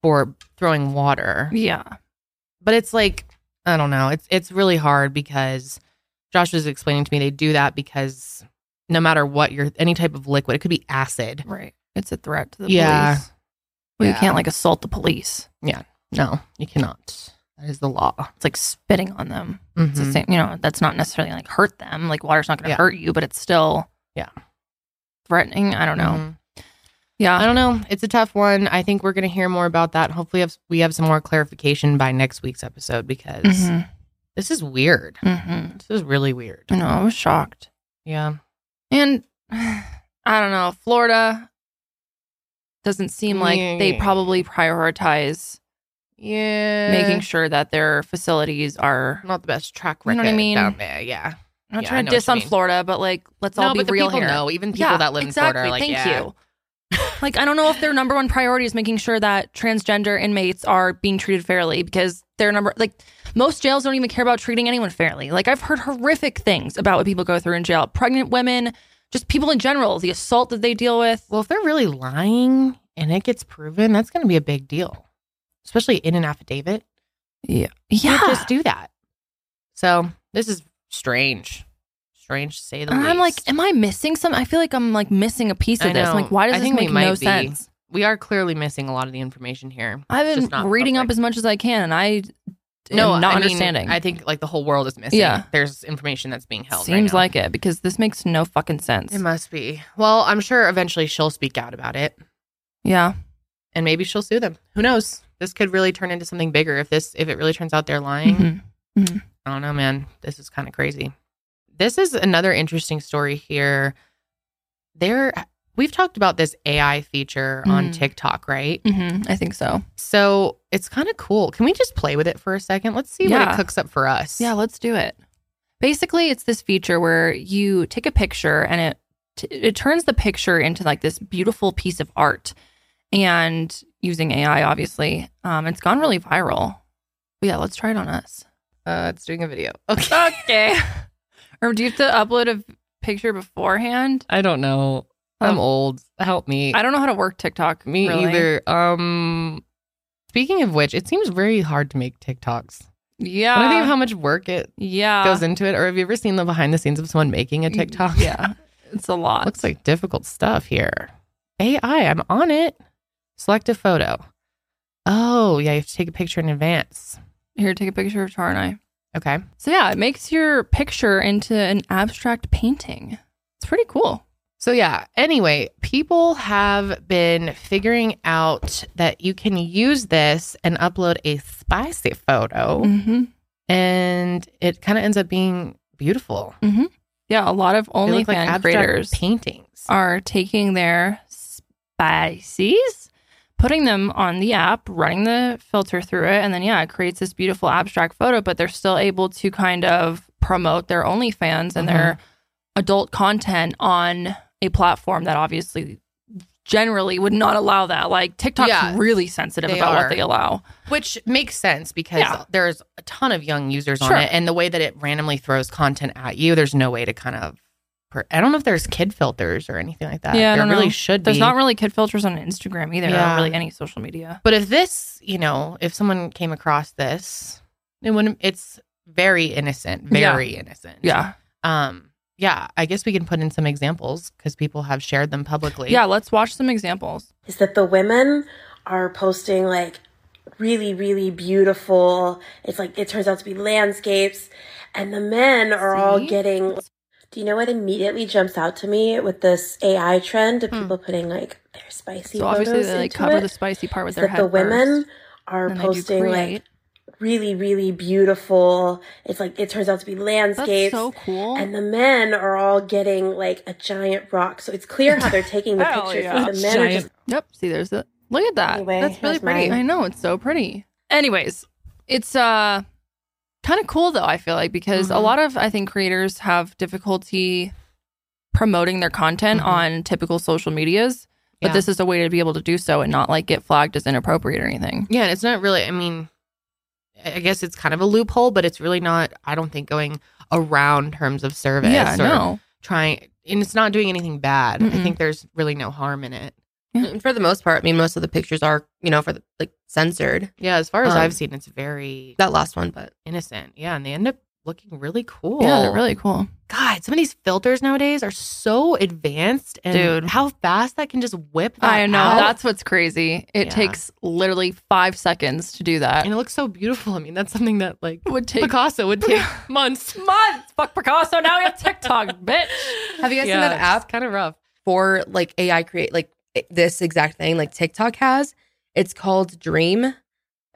for throwing water. Yeah. but it's like I don't know. It's it's really hard because Josh was explaining to me they do that because no matter what your any type of liquid, it could be acid. Right. It's a threat to the Yeah. police. Well, you Yeah. can't like assault the police. No, you cannot. That is the law. It's like spitting on them. It's Mhm. the same, you know, that's not necessarily like hurt them. Like water's not going to Yeah. hurt you, but it's still Yeah. threatening. I don't know. Mhm. Yeah. I don't know. It's a tough one. I think we're going to hear more about that. Hopefully, have, we have some more clarification by next week's episode because this is weird. Mm-hmm. This is really weird. I know. I was shocked. Yeah. And I don't know. Florida doesn't seem like they Yeah. probably prioritize Yeah. making sure that their facilities are. not the best track You record know what I mean? down there. Yeah. I'm not Yeah, I trying know to what diss you on mean. Florida, but like, let's all no, be but the real people here. know. Even people Yeah, that live in exactly. Florida are like, Thank yeah. you. Like, I don't know if their number one priority is making sure that transgender inmates are being treated fairly because their number, like, most jails don't even care about treating anyone fairly. Like, I've heard horrific things about what people go through in jail pregnant women, just people in general, the assault that they deal with. Well, if they're really lying and it gets proven, that's going to be a big deal, especially in an affidavit. You yeah. can't just do that. So this is strange, strange to say the and least. I'm like, am I missing some? I feel like I'm like missing a piece of I this. I'm know. like, why does I this think we make might no be. sense? we are clearly missing a lot of the information here. I've It's been just not reading up public. as much as I can, and I no, am I not mean, understanding. I think like the whole world is missing. Yeah. there's information that's being held. right Seems now. like it because this makes no fucking sense. it must be. Well, I'm sure eventually she'll speak out about it, Yeah. and maybe she'll sue them. Who knows? This could really turn into something bigger if this if it really turns out they're lying. Mhm. I don't know, man. This is kind of crazy. This is another interesting story here. There, we've talked about this AI feature on Mm. TikTok, right? Mhm. I think so. Mm-hmm. So it's kind of cool. Can we just play with it for a second? Let's see what Yeah. it cooks up for us. Yeah, let's do it. Basically, it's this feature where you take a picture and it t- it turns the picture into like this beautiful piece of art, and using AI, obviously, um, it's gone really viral. But yeah, let's try it on us. uh, it's doing a video. Okay, Okay. or do you have to upload a picture beforehand? I don't know. I'm Um, old. Help me. I don't know how to work TikTok. me really. either. Um, speaking of which, it seems very hard to make TikToks. Yeah. I think of how much work it yeah. goes into it, or have you ever seen the behind the scenes of someone making a TikTok? Yeah. It's a lot. Looks like difficult stuff here. AI, I'm on it. Select a photo. Oh, yeah, you have to take a picture in advance. Here, take a picture of Char and I. Okay. So yeah, it makes your picture into an abstract painting. It's pretty cool. So, yeah, anyway, people have been figuring out that you can use this and upload a spicy photo, Mm-hmm. and it kind of ends up being beautiful. Mhm. Yeah, a lot of They OnlyFans look like abstract creators paintings. are taking their spices, putting them on the app, running the filter through it, and then yeah, it creates this beautiful abstract photo, but they're still able to kind of promote their OnlyFans and their Mm-hmm. adult content on a platform that obviously generally would not allow that. Like TikTok's Yeah. really sensitive They about are. what they allow. Which makes sense because Yeah. there's a ton of young users Sure. on it, and the way that it randomly throws content at you, there's no way to kind of. per- I don't know if there's kid filters or anything like that. Yeah, I there don't really know. should There's be. not really kid filters on Instagram either, Yeah. or really any social media. but if this, you know, if someone came across this, it wouldn't. It's very innocent, Yeah. very innocent. Yeah. Um. Yeah. I guess we can put in some examples because people have shared them publicly. Yeah, let's watch some examples. is that the women are posting like really really beautiful it's like it turns out to be landscapes and the men are all See? getting do you know what immediately jumps out to me with this ai trend of people putting like their spicy Hmm. So obviously photos they like into cover it, the spicy part with is their that head the women first, are and then they do posting like create. really really beautiful it's like it turns out to be That's landscapes so cool. and the men are all getting like a giant rock. So it's clear how they're taking the Hell pictures. yeah. but The men are just Yep. See, there's the look at that. Anyway, That's really here's mine. pretty. I know it's so pretty. Anyways, it's uh kind of cool though. I feel like because a Mhm. lot of I think creators have difficulty promoting their content Mhm. on typical social medias, but Yeah. this is a way to be able to do so and not like get flagged as inappropriate or anything. Yeah, and it's not really. I mean, I I guess it's kind of a loophole, but it's really not. I don't think going around terms of service. yeah. or No. Trying and it's not doing anything bad. I Mm-mm. think there's really no harm in it. And for the most part, I mean, most of the pictures are, you know, for the, like censored. Yeah, as far as Um, I've seen, it's very That last one, but innocent. Yeah, and they end up looking really cool. Yeah, they're really cool. God, some of these filters nowadays are so advanced, and Dude. how fast that can just whip. That I know. out. That's what's crazy. It Yeah. takes literally five seconds to do that. and it looks so beautiful. I mean, that's something that like It would take Picasso would take months. months. Fuck Picasso. Now we have TikTok, bitch. have you guys seen Yeah, that it's app Kind of rough. for like AI create like i- this exact thing like TikTok has? It's called Dream.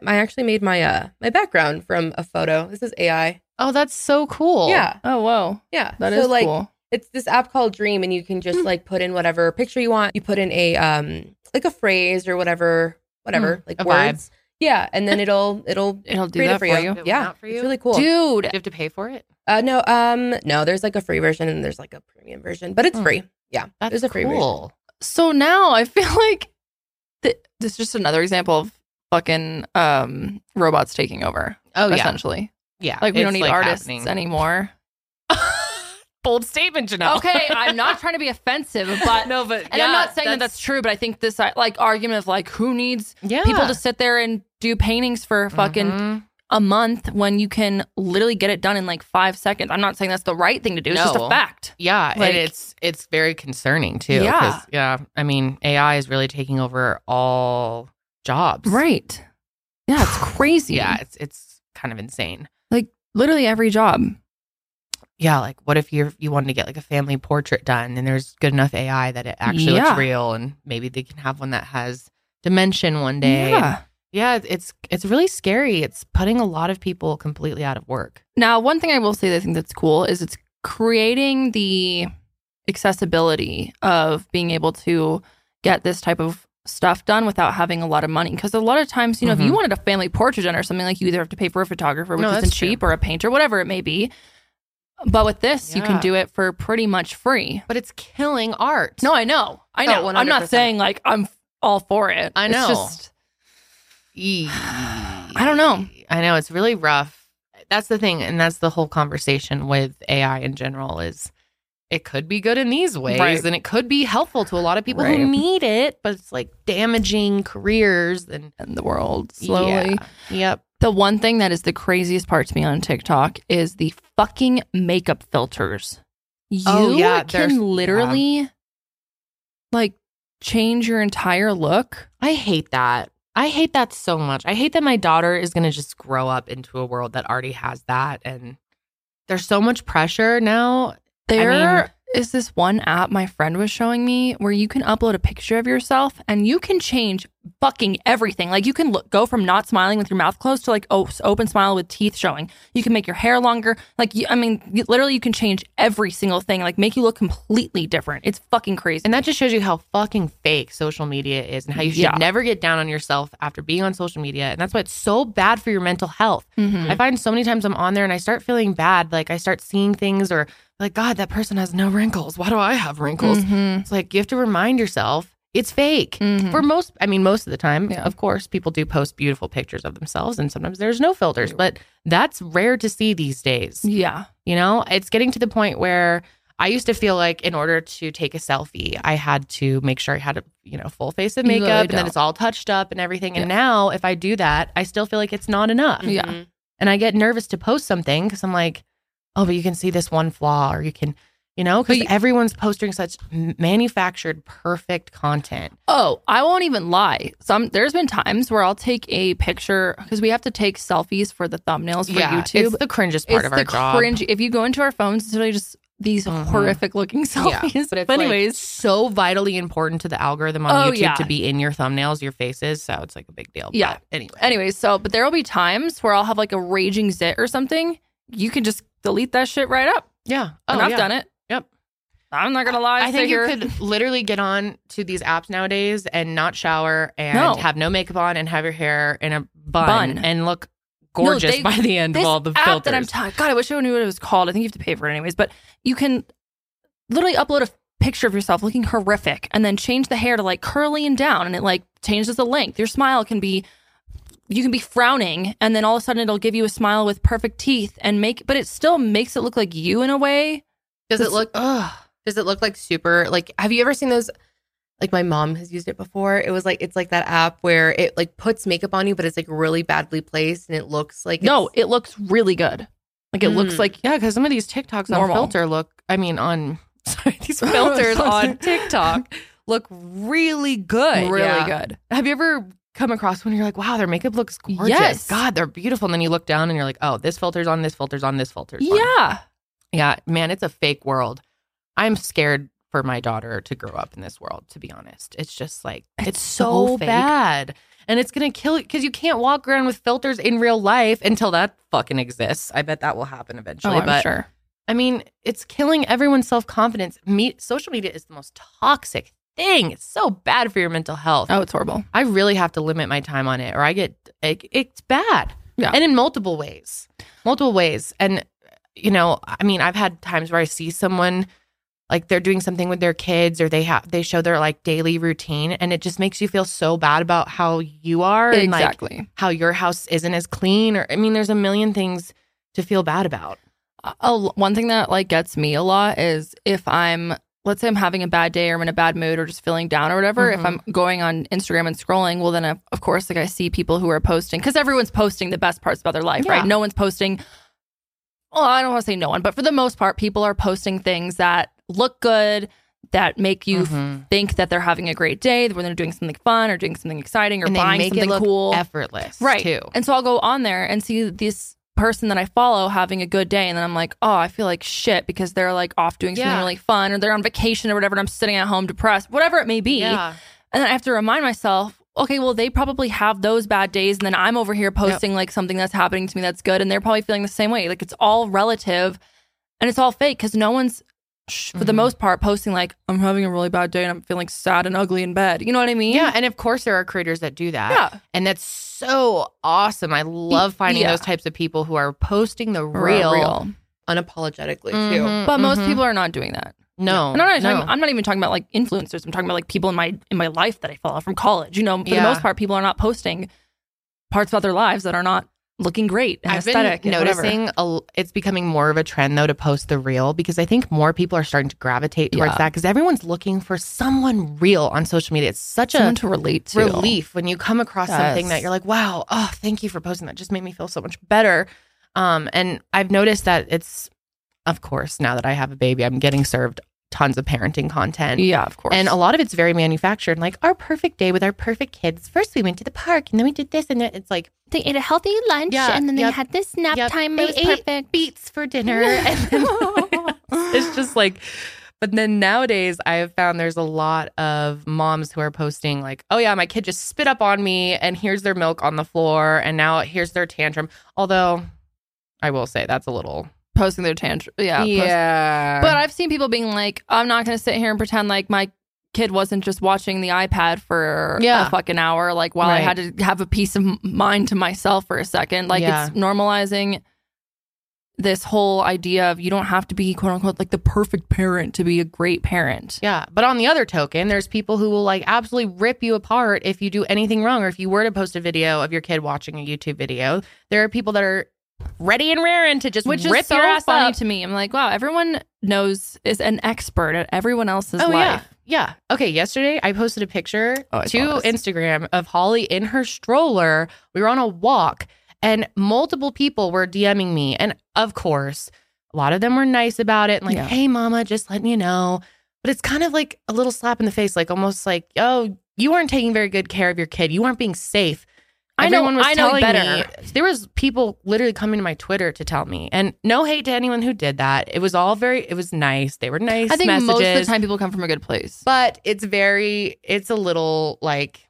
I actually made my uh my background from a photo. This is AI. Oh, that's so cool. Yeah, Oh whoa, yeah. that is like cool. it's this app called Dream, and you can just like put in whatever picture you want. You put in a um like a phrase or whatever, whatever like a vibe. words. Yeah, and then it'll it'll It'll do create that it for you. It went Yeah, out for you? it's really cool. dude. You have to pay for it. Uh, no, um, no. There's like a free version and there's like a premium version, but it's Mm. free. Yeah, That's there's a free version. cool. So now I feel like th- this is just another example of fucking um robots taking over. Oh yeah, essentially, yeah. like we don't It's, need artists happening. anymore. Bold statement, Janelle. Okay, I'm not trying to be offensive, but. no, but And I'm not saying that that's true, but I think this uh, like argument of like who needs yeah. people to sit there and do paintings for fucking Mhm. a month when you can literally get it done in like five seconds. I'm not saying that's the right thing to do. It's just No. a fact. yeah, like- and it's it's very concerning too. Yeah. 'cause, yeah. I mean, AI is really taking over all jobs. Right. Yeah, it's crazy. Yeah, it's it's kind of insane. Literally every job. Yeah, like what if you you wanted to get like a family portrait done, and there's good enough AI that it actually Yeah. looks real, and maybe they can have one that has dimension one day. and Yeah. Yeah, it- it's it's really scary. It's putting a lot of people completely out of work. Now, one thing I will say that I think that's cool is it's creating the accessibility of being able to get this type of stuff done without having a lot of money. Because a lot of times, you know, if you Mhm. wanted a family portrait done or something, like you either have to pay for a photographer, which No, isn't that's true. cheap, or a painter, whatever it may be. But with this, you can Yeah. do it for pretty much free. But it's killing art. No, I know. I know. Oh, I'm not 100%. saying like I'm all for it. I It's know. just I don't know. I know it's really rough. That's the thing, and that's the whole conversation with AI in general is it could be good in these ways, Right. and it could be helpful to a lot of people Right. who need it, but it's like damaging careers and in the world slowly. Yeah. Yep. The one thing that is the craziest part to me on TikTok is the fucking makeup filters. You Oh, yeah, there's- can literally like change your entire look. I hate that. I hate that so much. I hate that my daughter is going to just grow up into a world that already has that. And there's so much pressure now. There mean- is this one app my friend was showing me where you can upload a picture of yourself and you can change fucking everything. Like you can look, go from not smiling with your mouth closed to like oh, s- open smile with teeth showing. You can make your hair longer. Like you, I mean, you, literally you can change every single thing. Like make you look completely different. It's fucking crazy. And that just shows you how fucking fake social media is and how you should Yeah. never get down on yourself after being on social media. And that's why it's so bad for your mental health. Mhm. I find so many times I'm on there and I start feeling bad. Like I start seeing things or like, God, that person has no wrinkles. Why do I have wrinkles? Mhm. It's like you have to remind yourself it's fake. Mhm. For most, I mean, most of the time, Yeah. of course, people do post beautiful pictures of themselves and sometimes there's no filters, but that's rare to see these days. yeah. You know, it's getting to the point where I used to feel like in order to take a selfie, I had to make sure I had a you know full face of You makeup really and then don't. it's all touched up and everything. And Yeah. now if I do that, I still feel like it's not enough. Yeah. Mhm. And I get nervous to post something because I'm like, oh, but you can see this one flaw or you can, you know, But because you- everyone's posting such m- manufactured, perfect content. Oh, I won't even lie. Some there's been times where I'll take a picture because we have to take selfies for the thumbnails for YouTube. It's the cringest part It's of our the job. cringe. If you go into our phones, it's literally just these Mhm. horrific looking Yeah. selfies. But, But anyways, anyways, so vitally important to the algorithm on Oh, YouTube yeah. to be in your thumbnails, your faces. So it's like a big deal. Yeah. But anyway. anyways, so but there will be times where I'll have like a raging zit or something. You can just delete that shit right up. Oh, Yeah. And I've done it. Yep. I'm not gonna lie. I think you here. could literally get on to these apps nowadays and not shower and No. have no makeup on and have your hair in a bun, Bun. and look gorgeous they- by the end of all the app filters. that I'm talking. God, I wish I knew what it was called. I think you have to pay for it anyways. But you can literally upload a picture of yourself looking horrific, and then change the hair to like curly and down, and it like changes the length. Your smile can be. You can be frowning, and then all of a sudden it'll give you a smile with perfect teeth and make, but it still makes it look like you in a way. Does it This- look? Does it look like super? Like, have you ever seen those? Like my mom has used it before. It was like it's like that app where it like puts makeup on you, but it's like really badly placed, and it looks like No, it's- it looks really good. Like it looks Mm. like yeah, because some of these TikToks Normal. on filter look, I mean, on, sorry, these filters on TikTok look really good. really yeah. good. Have you ever come across when you're like, wow, their makeup looks gorgeous? Yes. God, they're beautiful. And then you look down and you're like, oh, this filter's on, this filter's on, this filter's on. Yeah. Yeah, man, it's a fake world. I'm scared for my daughter to grow up in this world, to be honest. It's just like, it's, so, so fake. bad. And it's going to kill because you can't walk around with filters in real life until that fucking exists. I bet that will happen eventually. Oh, I'm but sure. I mean, it's killing everyone's self confidence. Me- social media is the most toxic thing. It's so bad for your mental health. Oh, it's horrible. I really have to limit my time on it, or I get it, it's bad. Yeah. and in multiple ways, multiple ways. And you know, I mean, I've had times where I see someone like they're doing something with their kids, or they have they show their like daily routine, and it just makes you feel so bad about how you are and like Exactly. how your house isn't as clean. Or I mean, there's a million things to feel bad about. a- a l- one thing that like gets me a lot is if I'm let's say I'm having a bad day or I'm in a bad mood or just feeling down or whatever. If Mhm. I'm going on Instagram and scrolling, well then of of course like I see people who are posting because everyone's posting the best parts about their life, Yeah. right? No one's posting. Well, I don't want to say no one, but for the most part, people are posting things that look good that make you Mhm. think that they're having a great day, when they're doing something fun or doing something exciting or and they buying make something it look cool. effortless, Right. Too. And so I'll go on there and see this person that I follow having a good day. And then I'm like, oh, I feel like shit because they're like off doing something Yeah. really fun or they're on vacation or whatever. And I'm sitting at home depressed, whatever it may be. Yeah, And then I have to remind myself, okay, well, they probably have those bad days. And then I'm over here posting like something that's happening to me that's good. And they're probably feeling the same way. Like it's all relative and it's all fake because no one's, sh- for the Mhm. most part, posting like, I'm having a really bad day and I'm feeling sad and ugly in bed. You know what I mean? yeah. And of course, there are creators that do that. Yeah. And that's so awesome. I love finding yeah. those types of people who are posting the Or real. real. Mm-hmm. unapologetically too. Mhm, But most mhm. people are not doing that. no, And I'm not, no. talking, I'm not even talking about like influencers. I'm talking about like people in my in my life that I follow from college. You know, for Yeah. the most part, people are not posting parts about their lives that are not looking great and I've aesthetic. been and whatever. noticing a, it's becoming more of a trend though to post the real because I think more people are starting to gravitate towards Yeah. that because everyone's looking for someone real on social media. It's such a someone to relate to. relief when you come across something that Yes. you're like, wow, oh, thank you for posting that. Just made me feel so much better. Um, and I've noticed that it's, of course, now that I have a baby, I'm getting served tons of parenting content. Yeah, of course. And a lot of it's very manufactured. Like our perfect day with our perfect kids. First, we went to the park, and then we did this, and that. it's like They ate a healthy lunch Yeah, and then yep, they had this nap yep. time. They it was ate perfect. beets for dinner, and then it's just like. But then nowadays, I have found there's a lot of moms who are posting, like, oh, yeah, my kid just spit up on me and here's their milk on the floor and now here's their tantrum. Although I will say that's a little. posting their tantrum. Yeah, post- yeah. But I've seen people being like, I'm not going to sit here and pretend like my kid wasn't just watching the iPad for Yeah. a fucking hour, like while I Right. had to have a peace of m- mind to myself for a second. Like Yeah. it's normalizing this whole idea of you don't have to be quote unquote like the perfect parent to be a great parent. Yeah. But on the other token, there's people who will like absolutely rip you apart if you do anything wrong or if you were to post a video of your kid watching a YouTube video. There are people that are ready and raring to just Which rip is so your ass funny up. to me. I'm like, wow, everyone knows is an expert at everyone else's oh, life. yeah. Yeah. Okay. Yesterday, I posted a picture Oh, I to saw this. Instagram of Holly in her stroller. We were on a walk and multiple people were DMing me. And of course, a lot of them were nice about it and like, Yeah. hey, mama, just letting you know. But it's kind of like a little slap in the face, like almost like, oh, you weren't taking very good care of your kid. You weren't being safe. I know- Everyone was I know telling better. me- there was people literally coming to my Twitter to tell me, and no hate to anyone who did that. It was all very, it was nice. They were nice. I think messages most of the time people come from a good place. but it's very it's a little like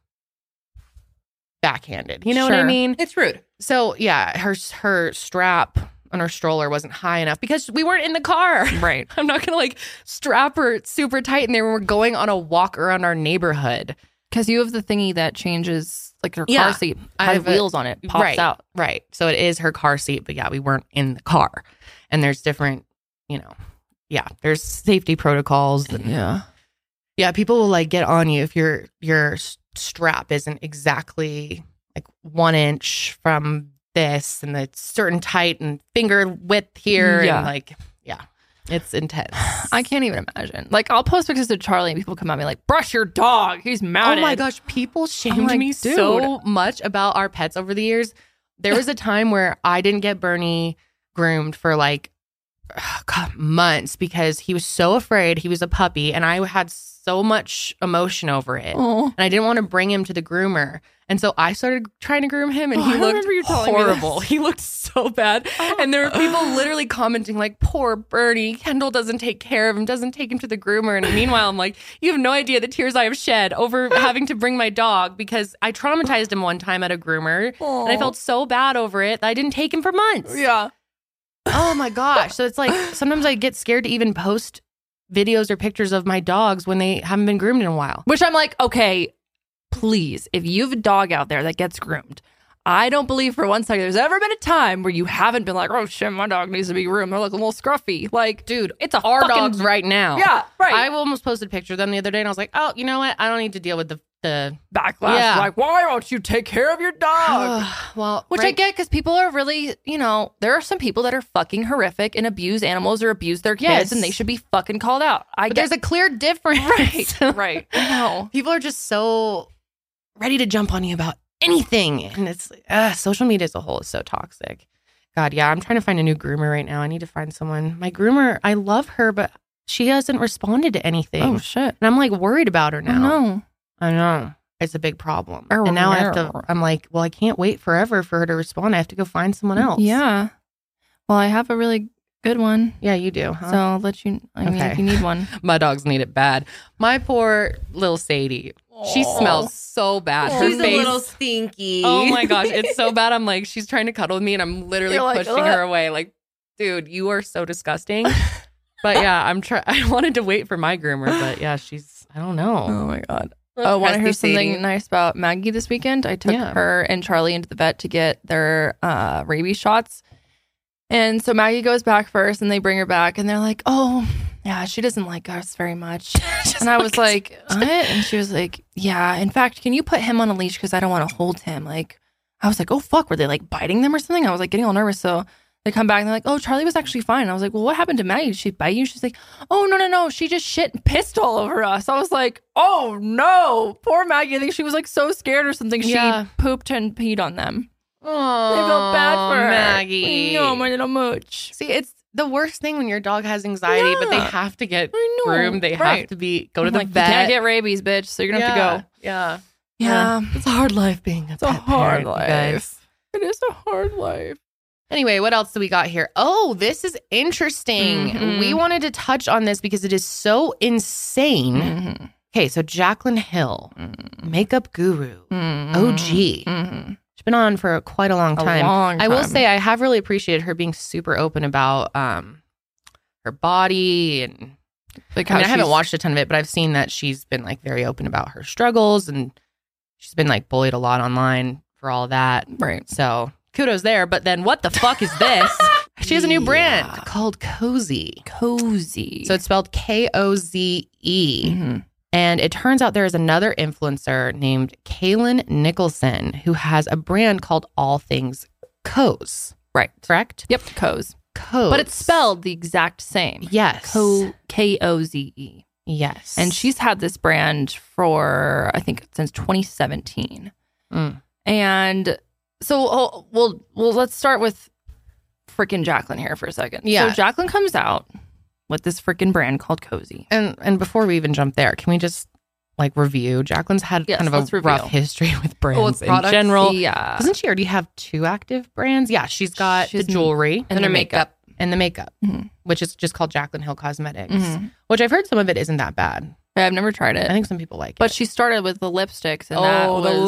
backhanded you know what i Sure. mean It's rude. so yeah her her strap on her stroller wasn't high enough because we weren't in the car right. i'm not gonna like strap her super tight in there when we're going on a walk around our neighborhood Because you have the thingy that changes, like your Yeah. car seat I has have a- wheels on it, pops Right. out. right so it is her car seat but yeah we weren't in the car and there's different you know yeah there's safety protocols and Yeah. Yeah, people will like get on you if your your s- strap isn't exactly like one inch from this and it's certain tight and finger width here Yeah. and like yeah, it's intense. I can't even imagine. Like, I'll post pictures of Charlie and people come at me like, brush your dog. He's mad. Oh my gosh, people shamed like, me so much about our pets over the years. There was a time where I didn't get Bernie groomed for like God, months because he was so afraid. He was a puppy, and I had so much emotion over it. Oh. and I didn't want to bring him to the groomer. And so I started trying to groom him, and Oh, he I looked remember you telling me horrible. this. Oh. He looked so bad. And there were people literally commenting, like, poor Bernie, Kendall doesn't take care of him, doesn't take him to the groomer. And meanwhile, I'm like, you have no idea the tears I have shed over having to bring my dog because I traumatized him one time at a groomer, and I felt so bad over it that I didn't take him for months. Yeah. Oh my gosh. So it's like sometimes I get scared to even post videos or pictures of my dogs when they haven't been groomed in a while. Which I'm like, okay, please, if you have a dog out there that gets groomed, I don't believe for one second there's ever been a time where you haven't been like, oh shit, my dog needs to be groomed. They're like a little scruffy. Like, Dude, it's a our fucking- dogs right now. Yeah, right. I almost posted a picture of them the other day and I was like, oh, you know what? I don't need to deal with the. the Backlash. Yeah. Like, why don't you take care of your dog? well, Which I right- get because people are really, you know, there are some people that are fucking horrific and abuse animals or abuse their kids, Yes. and they should be fucking called out. I But guess there's a clear difference. right, right. I know. People are just so ready to jump on you about anything. And it's uh, social media as a whole is so toxic. God, yeah. I'm trying to find a new groomer right now. I need to find someone. My groomer, I love her, but she hasn't responded to anything. shit! and I'm like worried about her now. Oh, No, I know. It's a big problem. Oh, and now I have no. to, I'm like, well, I can't wait forever for her to respond. I have to go find someone else. Mm, yeah. Well, I have a really good one, Yeah, you do. Huh? so I'll let you. I mean, Uh-huh. Okay. if you need one, my dogs need it bad. My poor little Sadie. She smells so bad. Her She's face. a little stinky. oh my gosh, it's so bad. I'm like, she's trying to cuddle with me, and I'm literally You're like, pushing her away. Like, dude, you are so disgusting. but yeah, I'm trying. I wanted to wait for my groomer, but yeah, she's. I don't know. my god! Little Oh, want to hear crusty something Sadie. nice about Maggie this weekend? I took Yeah. her and Charlie into the vet to get their uh, rabies shots. And so Maggie goes back first and they bring her back and they're like, oh, yeah, she doesn't like us very much. and I was like, what? And she was like, yeah, in fact, can you put him on a leash? Because I don't want to hold him. Like, I was like, oh, fuck, were they like biting them or something? I was like getting all nervous. So they come back and they're like, oh, Charlie was actually fine. And I was like, well, what happened to Maggie? Did she bite you? She's like, oh, no, no, no. She just shit and pissed all over us. I was like, oh, no. Poor Maggie. I think she was like so scared or something. She Yeah. pooped and peed on them. Oh, I felt bad for her. Maggie. No, my little mooch. See, it's the worst thing when your dog has anxiety, but they Yeah. have to get I know. groomed. They have Right. to be go to I'm the like, vet. You can't get rabies, bitch. So you're gonna have to go. Yeah. Yeah, It's a hard life being a it's a pet hard parent, you life. guys. It is a hard life. Anyway, what else do we got here? Oh, this is interesting. Mhm. We wanted to touch on this because it is so insane. Mhm. Okay, so Jaclyn Hill, Mhm. makeup guru, Mhm. OG. She's Mhm. been on for quite a long A time. long I will time. say I have really appreciated her being super open about um her body and like I, mean, I how haven't she's- watched a ton of it, but I've seen that she's been like very open about her struggles and she's been like bullied a lot online for all that. Right. So kudos there. But then what the fuck is this? she has a new brand Yeah. called Cozy. cozy. So it's spelled K O Z E. Mhm. And it turns out there is another influencer named Kaylin Nicholson who has a brand called All Things Coz. Right. Correct? Yep. Cozy. Coz. But it's spelled the exact same. Yes. Co- K O Z E. Yes. And she's had this brand for, I think, since 2017. Mm. And so, oh, well, well, let's start with freaking Jacqueline here for a second. Yeah. So Jacqueline comes out with this freaking brand called Cozy. And and before we even jump there, can we just like review? Jacqueline's had Yes, kind of let's a review. rough history with brands in general. yeah, Doesn't she already have two active brands? Yeah, she's got She's- the jewelry and her makeup. and the makeup, Mhm. which is just called Jacqueline Hill Cosmetics. Mhm. Which I've heard some of it isn't that bad. I've never tried I it, think some people like but it. she started with the lipsticks, and that oh, was the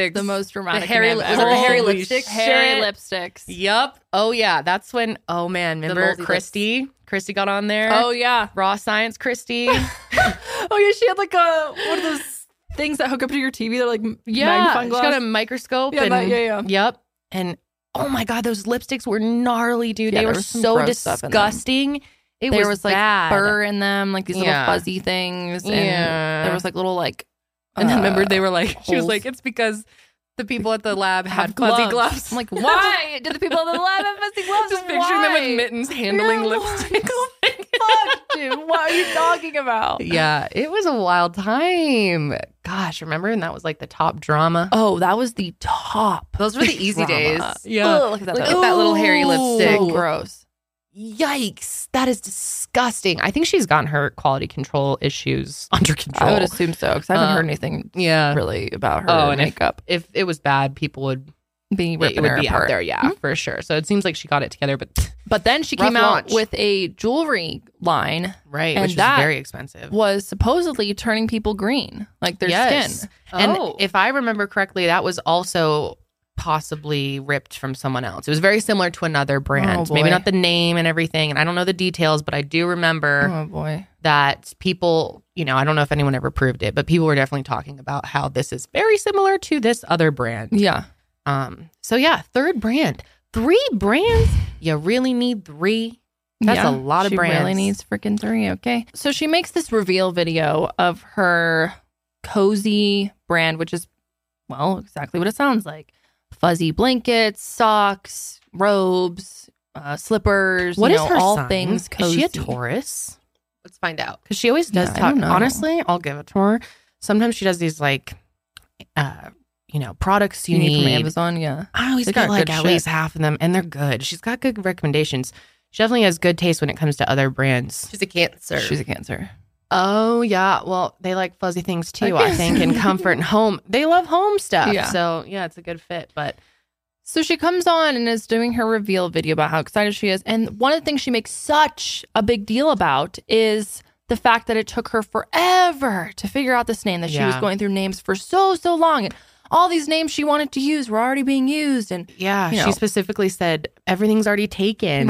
lipsticks, the most dramatic. hairy name lip- was it the ever. hairy Holy lipsticks? Hairy Shit. lipsticks. Yep. Oh yeah, that's when. Oh man, remember moldy lips. Christy? Christy got on there. Oh yeah. raw science, Christy. Oh yeah, she had like a one of those things that hook up to your TV. They're like yeah, she got a microscope. Yeah, and, that- yeah, yeah. Yep. And oh my god, those lipsticks were gnarly, dude. Yeah, they there were was some so gross stuff in them. disgusting. It there was, was, like bad. fur in them, like these Yeah. little fuzzy things. And Yeah. there was like little like. And then remember, uh, they were like, she was holes. like, it's because the people at the lab had have fuzzy gloves. I'm like, why did the people in the lab have fuzzy gloves? Just picturing them with Why? mittens handling Yeah, lipsticks. Fuck, dude. What are you talking about? yeah, it was a wild time. Gosh, remember? And that was like the top drama. Oh, that was the top. Those were the easy days. Yeah. Ugh, look at that. Look at that little hairy Ooh. lipstick. So gross. Yikes. That is disgusting. I think she's gotten her quality control issues under I control. would assume so because I haven't Um, heard anything yeah. really about her Oh, and if- makeup If it was bad, people would being it ripping would her be apart. out there, yeah, for sure. So it seems like she got it together, but But then she Rough came out launch. with a jewelry line right, And which that- is very expensive. was supposedly turning people green, like their Yes. skin. And Oh. if I remember correctly, that was also possibly ripped from someone else. It was very similar to another brand, Oh, maybe boy. not the name and everything. And I don't know the details, but I do remember Oh boy. that people, you know, I don't know if anyone ever proved it, but people were definitely talking about how this is very similar to this other brand. Yeah. Um, so yeah, third brand, three brands. You really need three. That's Yeah. a lot of she brands. really needs freaking three. Okay. So she makes this reveal video of her cozy brand, which is, well, exactly what it sounds like fuzzy blankets, socks, robes, uh, slippers. What you is know, her all sign? things Is cozy. she a Taurus? Let's find out. Because she always does Yeah, I talk. don't know. Honestly, I'll give it to her. Sometimes she does these like, uh, you know, products you, You need need. from Amazon? Yeah. I always They get got like good at shit. least half of them, and they're good. She's got good recommendations. She definitely has good taste when it comes to other brands. She's a cancer. She's a cancer. Oh yeah, well they like fuzzy things too. I, guess. think and comfort and home. They love home stuff. Yeah. So yeah, it's a good fit. But So she comes on and is doing her reveal video about how excited she is. And one of the things she makes such a big deal about is the fact that it took her forever to figure out this name, that she was Yeah. going through names for so, so long. And all these names she wanted to use were already being used. And yeah, You she know. specifically said everything's already taken.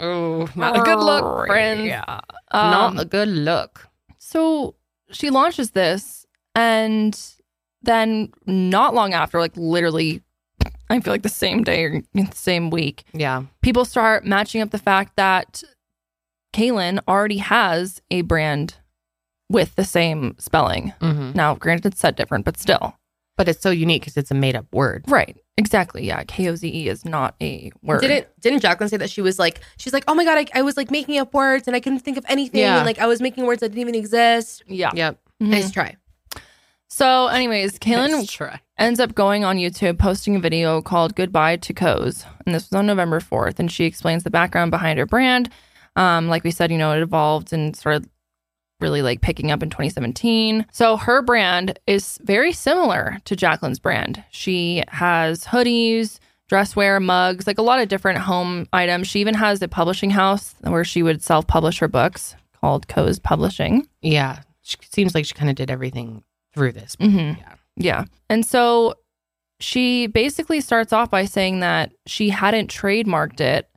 Oh, not a good look, friends. Yeah. not a good look. Um, so she launches this and then not long after, like literally, I feel like the same day or the same week, Yeah. people start matching up the fact that Kaylin already has a brand with the same spelling. hmm Now, granted, it's said different, but still. But it's so unique because it's a made up word. Right. Exactly. Yeah. K O Z E is not a word. Didn't didn't Jacqueline say that she was like she's like oh my god I, I was like making up words and I couldn't think of anything Yeah. Mm-hmm. and like I was making words that didn't even exist. Yeah. Yep. Mhm. Nice try. So, anyways, Kaylin try. ends up going on YouTube, posting a video called Goodbye to Co's. And this was on November 4th. And she explains the background behind her brand. Um, like we said, you know, it evolved and started really like picking up in 2017. So her brand is very similar to Jacqueline's brand. She has hoodies, dressware, mugs, like a lot of different home items. She even has a publishing house where she would self publish her books called Co's Publishing. Yeah. She seems like she kind of did everything through this. Mm-hmm. Yeah. Yeah. And so she basically starts off by saying that she hadn't trademarked it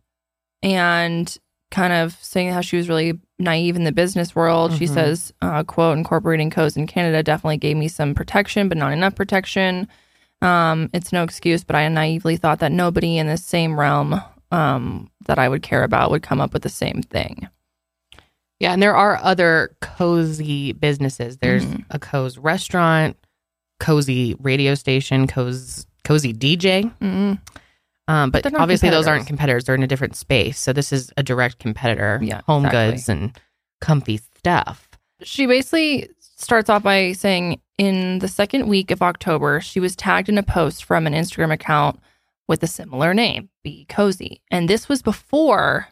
and kind of saying how she was really naive in the business world. She Mhm. says, uh, quote, incorporating codes in Canada definitely gave me some protection, but not enough protection. Um, it's no excuse, but I naively thought that nobody in the same realm um, that I would care about would come up with the same thing. Yeah, and there are other cozy businesses. There's Mhm. a Co's restaurant, cozy radio station, Co's cozy DJ. Mm-mm. Um, but They're not obviously, those aren't competitors. competitors. They're in a different space. So this is a direct competitor. Yeah, home exactly. goods and comfy stuff. she basically starts off by saying in the second week of October, she was tagged in a post from an Instagram account with a similar name, Be Cozy. And this was before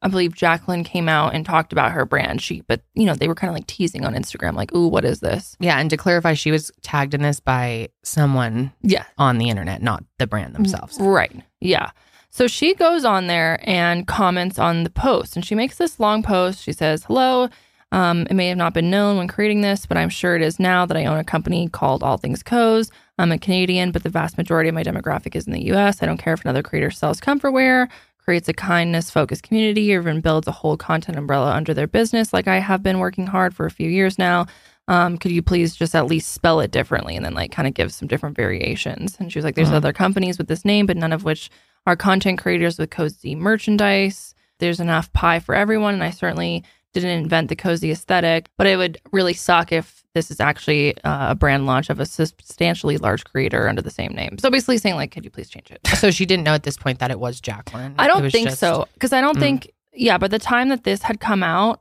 I believe Jacqueline came out and talked about her brand. She, but you know, they were kind of like teasing on Instagram, like, ooh, what is this? Yeah, and to clarify, she was tagged in this by someone Yeah. on the internet, not the brand themselves. Right. Yeah. So she goes on there and comments on the post and she makes this long post. She says, Hello. Um, it may have not been known when creating this, but I'm sure it is now that I own a company called All Things Co's. I'm a Canadian, but the vast majority of my demographic is in the US. I don't care if another creator sells comfort wear, creates a kindness focused community, or even builds a whole content umbrella under their business, like I have been working hard for a few years now. Um, could you please just at least spell it differently and then like kind of give some different variations? And she was like, There's Mhm. other companies with this name, but none of which are content creators with cozy merchandise. There's enough pie for everyone, and I certainly didn't invent the cozy aesthetic, but it would really suck if this is actually uh, a brand launch of a substantially large creator under the same name. So basically saying like, could you please change it? So she didn't know at this point that it was Jacqueline. I It don't was think just- so because I don't Mm. think yeah. By the time that this had come out,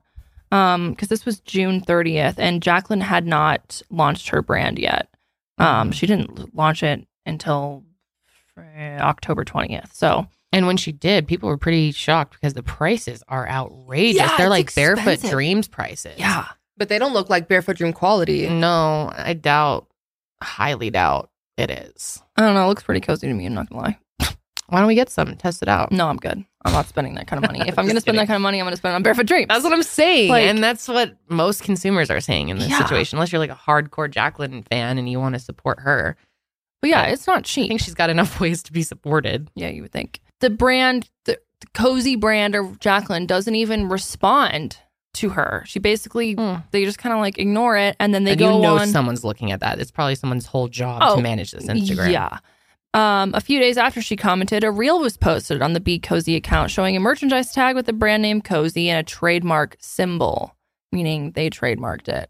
um, because this was June 30th, and Jacqueline had not launched her brand yet. Mm. Um, she didn't l- launch it until eh, October 20th. So And when she did, people were pretty shocked because the prices are outrageous. Yeah, They're it's like barefoot expensive. dreams prices. yeah, But they don't look like Barefoot Dream quality. Mm. No, I doubt, highly doubt it is. I don't know. It looks pretty cozy to me. I'm not gonna lie. Why don't we get some? Test it out. No, I'm good. I'm not spending that kind of money. If I'm Just gonna spend kidding. that kind of money, I'm gonna spend it on Barefoot Dreams. That's what I'm saying. Like- and that's what most consumers are saying in this Yeah. situation, unless you're like a hardcore Jacqueline fan and you want to support her. But yeah, it's not cheap. I think she's got enough ways to be supported. Yeah, you would think. The brand, the, the cozy brand or Jacqueline doesn't even respond to her. She basically, Mm. they just kind of like ignore it and then they and go you know on. someone's looking at that. It's probably someone's whole job Oh, to manage this Instagram. Yeah. Um, a few days after she commented, a reel was posted on the Be Cozy account showing a merchandise tag with the brand name Cozy and a trademark symbol, meaning they trademarked it.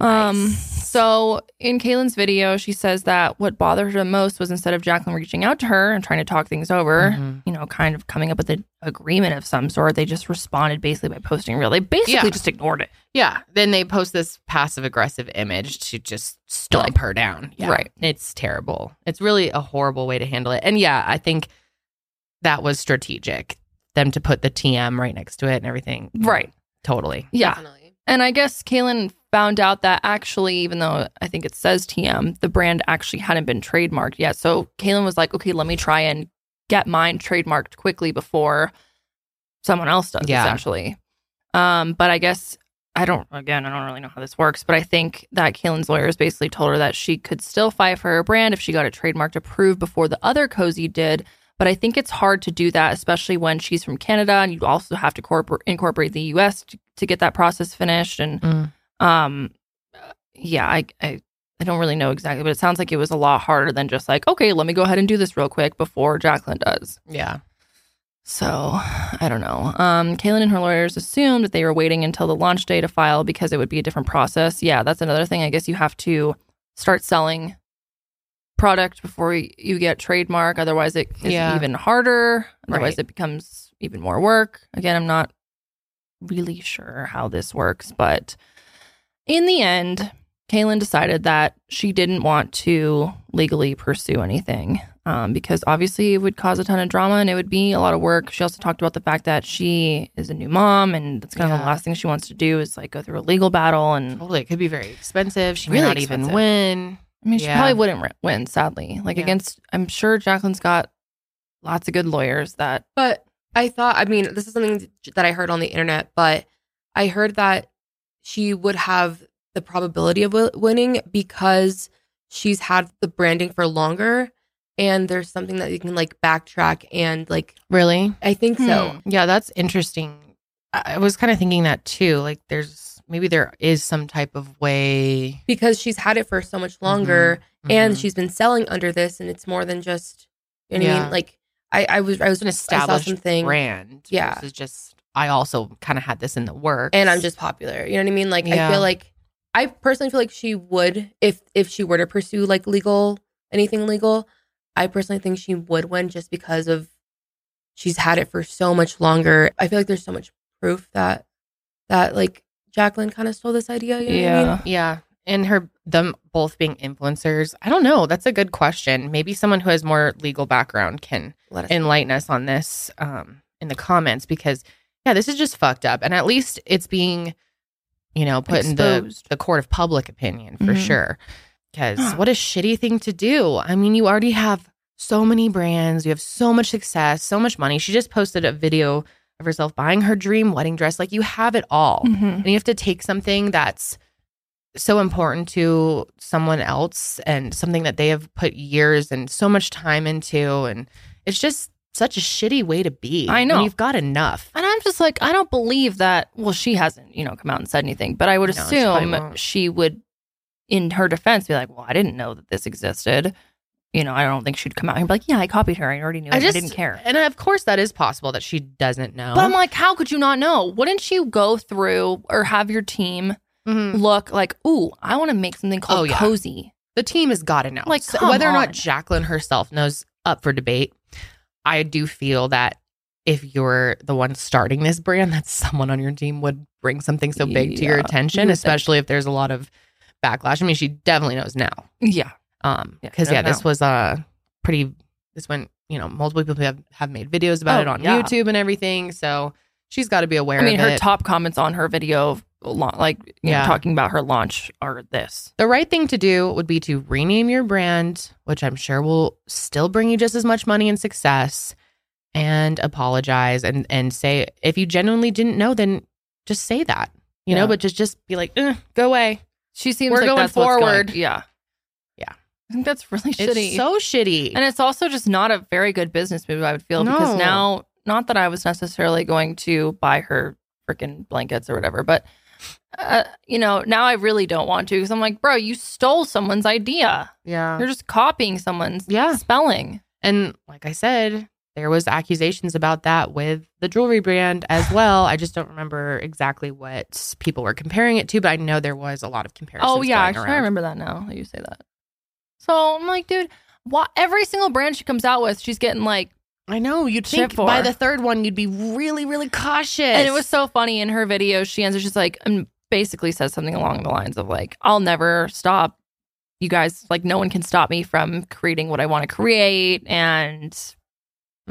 Um, so in Kaylin's video, she says that what bothered her the most was instead of Jacqueline reaching out to her and trying to talk things over, Mhm. you know, kind of coming up with an agreement of some sort, they just responded basically by posting a reel. They basically Yeah. just ignored it. Yeah. Then they post this passive aggressive image to just stomp Like- her down. Yeah. Right. It's terrible. It's really a horrible way to handle it. And yeah, I think that was strategic. Them to put the TM right next to it and everything. Right. Totally. Yeah. Definitely. And I guess Kaylin found out that actually, even though I think it says TM, the brand actually hadn't been trademarked yet. So Kaylin was like, okay, let me try and get mine trademarked quickly before someone else does, Yeah. essentially. Um, but I guess I don't, again, I don't really know how this works, but I think that Kaylin's lawyers basically told her that she could still fight for her brand if she got it trademarked approved before the other Cozy did. But I think it's hard to do that, especially when she's from Canada and you also have to corpor- incorporate the US to, to get that process finished. And Mm. um, yeah, I, I, I don't really know exactly, but it sounds like it was a lot harder than just like, okay, let me go ahead and do this real quick before Jacqueline does. Yeah. So I don't know. Um, Kaylin and her lawyers assumed that they were waiting until the launch day to file because it would be a different process. Yeah, that's another thing. I guess you have to start selling product before y- you get trademark. Otherwise, it is Yeah. even harder. Otherwise, Right. it becomes even more work. Again, I'm not really sure how this works, but in the end, Kaylin decided that she didn't want to legally pursue anything um, because obviously it would cause a ton of drama and it would be a lot of work. She also talked about the fact that she is a new mom and that's kind of Yeah. the last thing she wants to do is like go through a legal battle. And Totally. It could be very expensive. She Really may not even expensive. win. I mean, she Yeah. probably wouldn't ri- win, sadly. Like Yeah. against, I'm sure Jacqueline's got Lots of good lawyers that But I thought, I mean, this is something that I heard on the internet, but I heard that she would have the probability of wi- winning because she's had the branding for longer and there's something that you can like backtrack and like Really? I think so. Hmm. Yeah, that's interesting. I I was kind of thinking that too. Like, there's maybe there is some type of way. Because she's had it for so much longer Mm-hmm. and she's been selling under this and it's more than just you know what I Yeah. mean? Like I, I was I was an I saw established something brand. Yeah. versus just I also kind of had this in the works, and I'm just popular. You know what I mean? Like Yeah. I feel like I personally feel like she would if if she were to pursue like legal anything legal. I personally think she would win just because of she's had it for so much longer. I feel like there's so much proof that that like Jacqueline kind of stole this idea. You know yeah. What I mean? yeah. And her them both being influencers. I don't know. That's a good question. Maybe someone who has more legal background can Let us- enlighten us on this um, in the comments because yeah, this is just fucked up. And at least it's being, you know, put in the Exposed. the court of public opinion for Mm-hmm. Mhm. sure. Because what a shitty thing to do. I mean, you already have so many brands, you have so much success, so much money. She just posted a video of herself buying her dream wedding dress. Like you have it all and you have to take something that's so important to someone else and something that they have put years and so much time into and it's just such a shitty way to be I When know. you've got enough And I'm just like, I don't believe that. Well, she hasn't, you know, come out and said anything, but I would No, she probably assume won't. she would, in her defense, be like, well, I didn't know that this existed. You know, I don't think she'd come out and be like, yeah, I copied her. I already knew. I I, just- I didn't care. and of course that is possible that she doesn't know But I'm like, how could you not know? Wouldn't you go through or have your team Mhm. look like, ooh, I want to make something called Oh, yeah. cozy? the team has got to know. Like, So come whether or not on. Jacqueline herself knows up for debate, I do feel that if you're the one starting this brand, that someone on your team would bring something so big to your Yeah, Mm-hmm. you attention, would especially if there's a lot of backlash. I mean, she definitely knows now. Yeah. Um, Yeah, because yeah, no this was uh, pretty. This went, you know, multiple people have have made videos about Oh, it on yeah. YouTube and everything. So she's got to be aware. I of mean, her it. top comments on her video, la- like, you Yeah. know, talking about her launch are this. The right thing to do would be to rename your brand, which I'm sure will still bring you just as much money and success, and apologize and and say if you genuinely didn't know, then just say that. You Yeah. know, but just just be like, "Eh, go away. She seems We're like going that's what's forward. yeah. Yeah. I think that's really shitty. It's so shitty. And it's also just not a very good business move, I would feel, No. because now, not that I was necessarily going to buy her freaking blankets or whatever, but, uh, you know, now I really don't want to because I'm like, bro, you stole someone's idea. yeah, You're just copying someone's yeah. spelling. And like I said, there was accusations about that with the jewelry brand as well. I just don't remember exactly what people were comparing it to, but I know there was a lot of comparisons. Oh, yeah. going Actually, around. I remember that now that you say that. So I'm like, dude, why, every single brand she comes out with, she's getting like, I know. You'd Shit think for. by the third one, you'd be really, really cautious. And it was so funny in her video. She answers, she's like, and basically says something along the lines of like, "I'll never stop. You guys, like, no one can stop me from creating what I want to create, and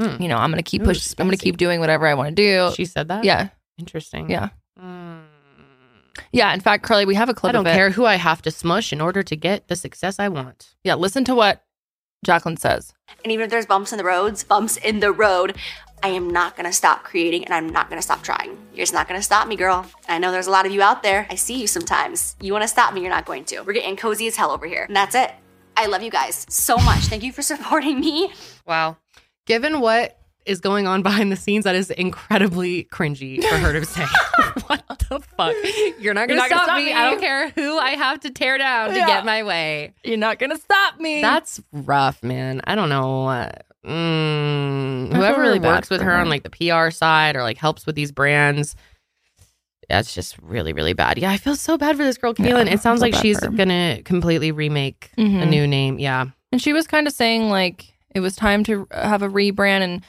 Mm. you know, I'm gonna keep Ooh, push. I'm gonna spicy. keep doing whatever I want to do. She said that. yeah, Interesting. Yeah. Mm. yeah. In fact, Carly, we have a clip I don't of it. care who I have to smush in order to get the success I want. Yeah, listen to what Jacqueline says. And even if there's bumps in the roads, bumps in the road, I am not gonna stop creating and I'm not gonna stop trying. You're just not gonna stop me, girl. I know there's a lot of you out there. I see you sometimes. You wanna stop me, you're not going to. We're getting cozy as hell over here. And that's it. I love you guys so much. Thank you for supporting me. Wow. Given what is going on behind the scenes, that is incredibly cringy for her to say. what the fuck? You're not going to not gonna stop, stop me. me. I don't care who I have to tear down to Yeah. get my way. You're not gonna stop me. That's rough, man. I don't know. uh, Mm, I feel whoever really bad works with for her her. on like the PR side or like helps with these brands, that's just really, really bad. Yeah, I feel so bad for this girl, Yeah, Kaylin. I it sounds feel like bad she's for her. gonna completely remake a Mhm. new name. Yeah, And she was kind of saying like it was time to have a rebrand. And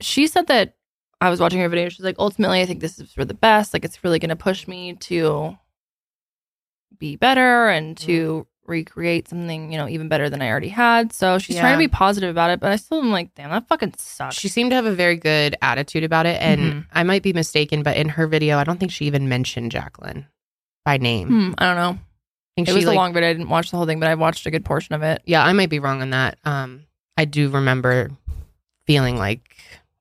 she said that I was watching her video. She's like, ultimately, I think this is for the best. Like, it's really going to push me to be better and Mm-hmm. to recreate something, you know, even better than I already had. So she's trying to Yeah. be positive about it. But I still am like, damn, that fucking sucks. she seemed to have a very good attitude about it. And Mhm. I might be mistaken, but in her video, I don't think she even mentioned Jacqueline by name. I Hmm, I don't know. think It she was a like, long video. I didn't watch the whole thing, but I watched a good portion of it. yeah, I might be wrong on that. Um, I do remember feeling like,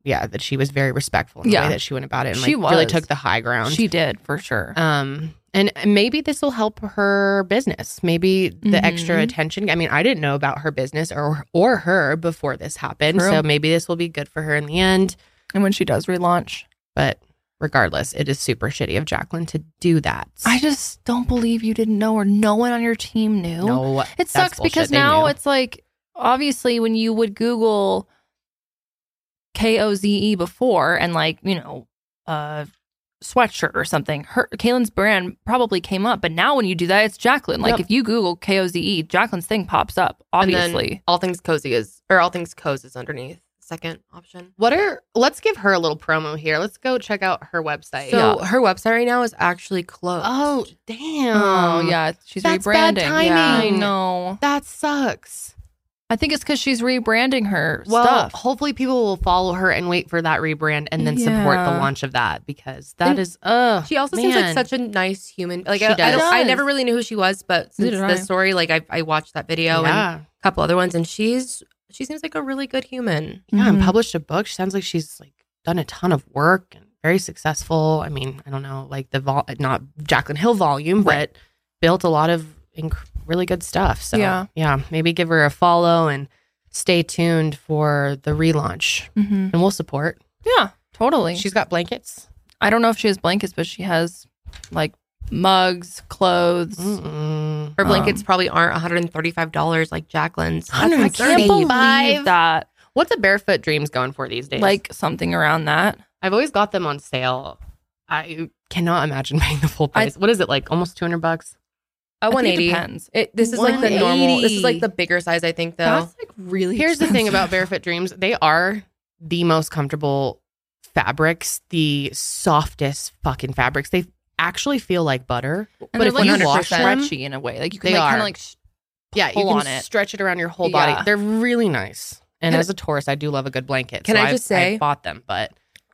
yeah, that she was very respectful in the Yeah. way that she went about it and She like, really was. took the high ground. She did for sure. Um, and maybe this will help her business. Maybe the extra Mhm. attention. I mean, I didn't know about her business or or her before this happened, True. so maybe this will be good for her in the end. and when she does relaunch, But regardless, it is super shitty of Jacqueline to do that. I just don't believe you didn't know or no one on your team knew. no, It that's sucks bullshit. because They now knew. it's like obviously when you would Google K O Z E before and like you know uh sweatshirt or something, her Kaylin's brand probably came up, but now when you do that, it's Jacqueline. Like Yep. if you Google K O Z E, Jacqueline's thing pops up. And then Obviously, all things cozy is or all things cozy is underneath. Second option. What are? Let's give her a little promo here. Let's go check out her website. So her website right now is actually closed. oh damn! oh yeah, she's That's rebranding. bad Yeah, I timing. know. that sucks. I think it's because she's rebranding her Well, stuff. hopefully people will follow her and wait for that rebrand and then support the Yeah. launch of that because that And is ugh. She also seems like man. such a nice human. Like She I, I, does. don't, I Does. never really knew who she was, but since Neither did I. this story, like I, I watched that video and yeah. a couple other ones, and she's she seems like a really good human. yeah, and Mhm. published a book. She sounds like she's like done a ton of work and very successful. I mean, I don't know, like the vol, not Jaclyn Hill volume, Right. but built a lot of inc- really good stuff. So Yeah. yeah, maybe give her a follow and stay tuned for the relaunch, Mhm. and we'll support. Yeah, totally. She's got blankets. I don't know if she has blankets, but she has like mugs, clothes. Mm. Mm-mm. Her blankets Um, probably aren't one hundred and thirty five dollars like Jacqueline's. That's I can't believe Five. that. What's a barefoot dreams going for these days? Like something around that. I've always got them on sale. I cannot imagine paying the full I- price. what is it like? Almost two hundred bucks. a one I think it eighty. depends. It this is like the normal. This is like the bigger size, I think. Though That's like really. Here's the thing expensive. about Barefoot Dreams they are the most comfortable fabrics, the softest fucking fabrics. They actually feel like butter. And but they're, if like you wash them, stretchy in a way, like you can they like, kind are. of like sh- Yeah, you pull can on it. stretch it around your whole body. Yeah. They're really nice. And, Can- as a tourist, I do love a good blanket. Can so I I've- just say- I bought them, but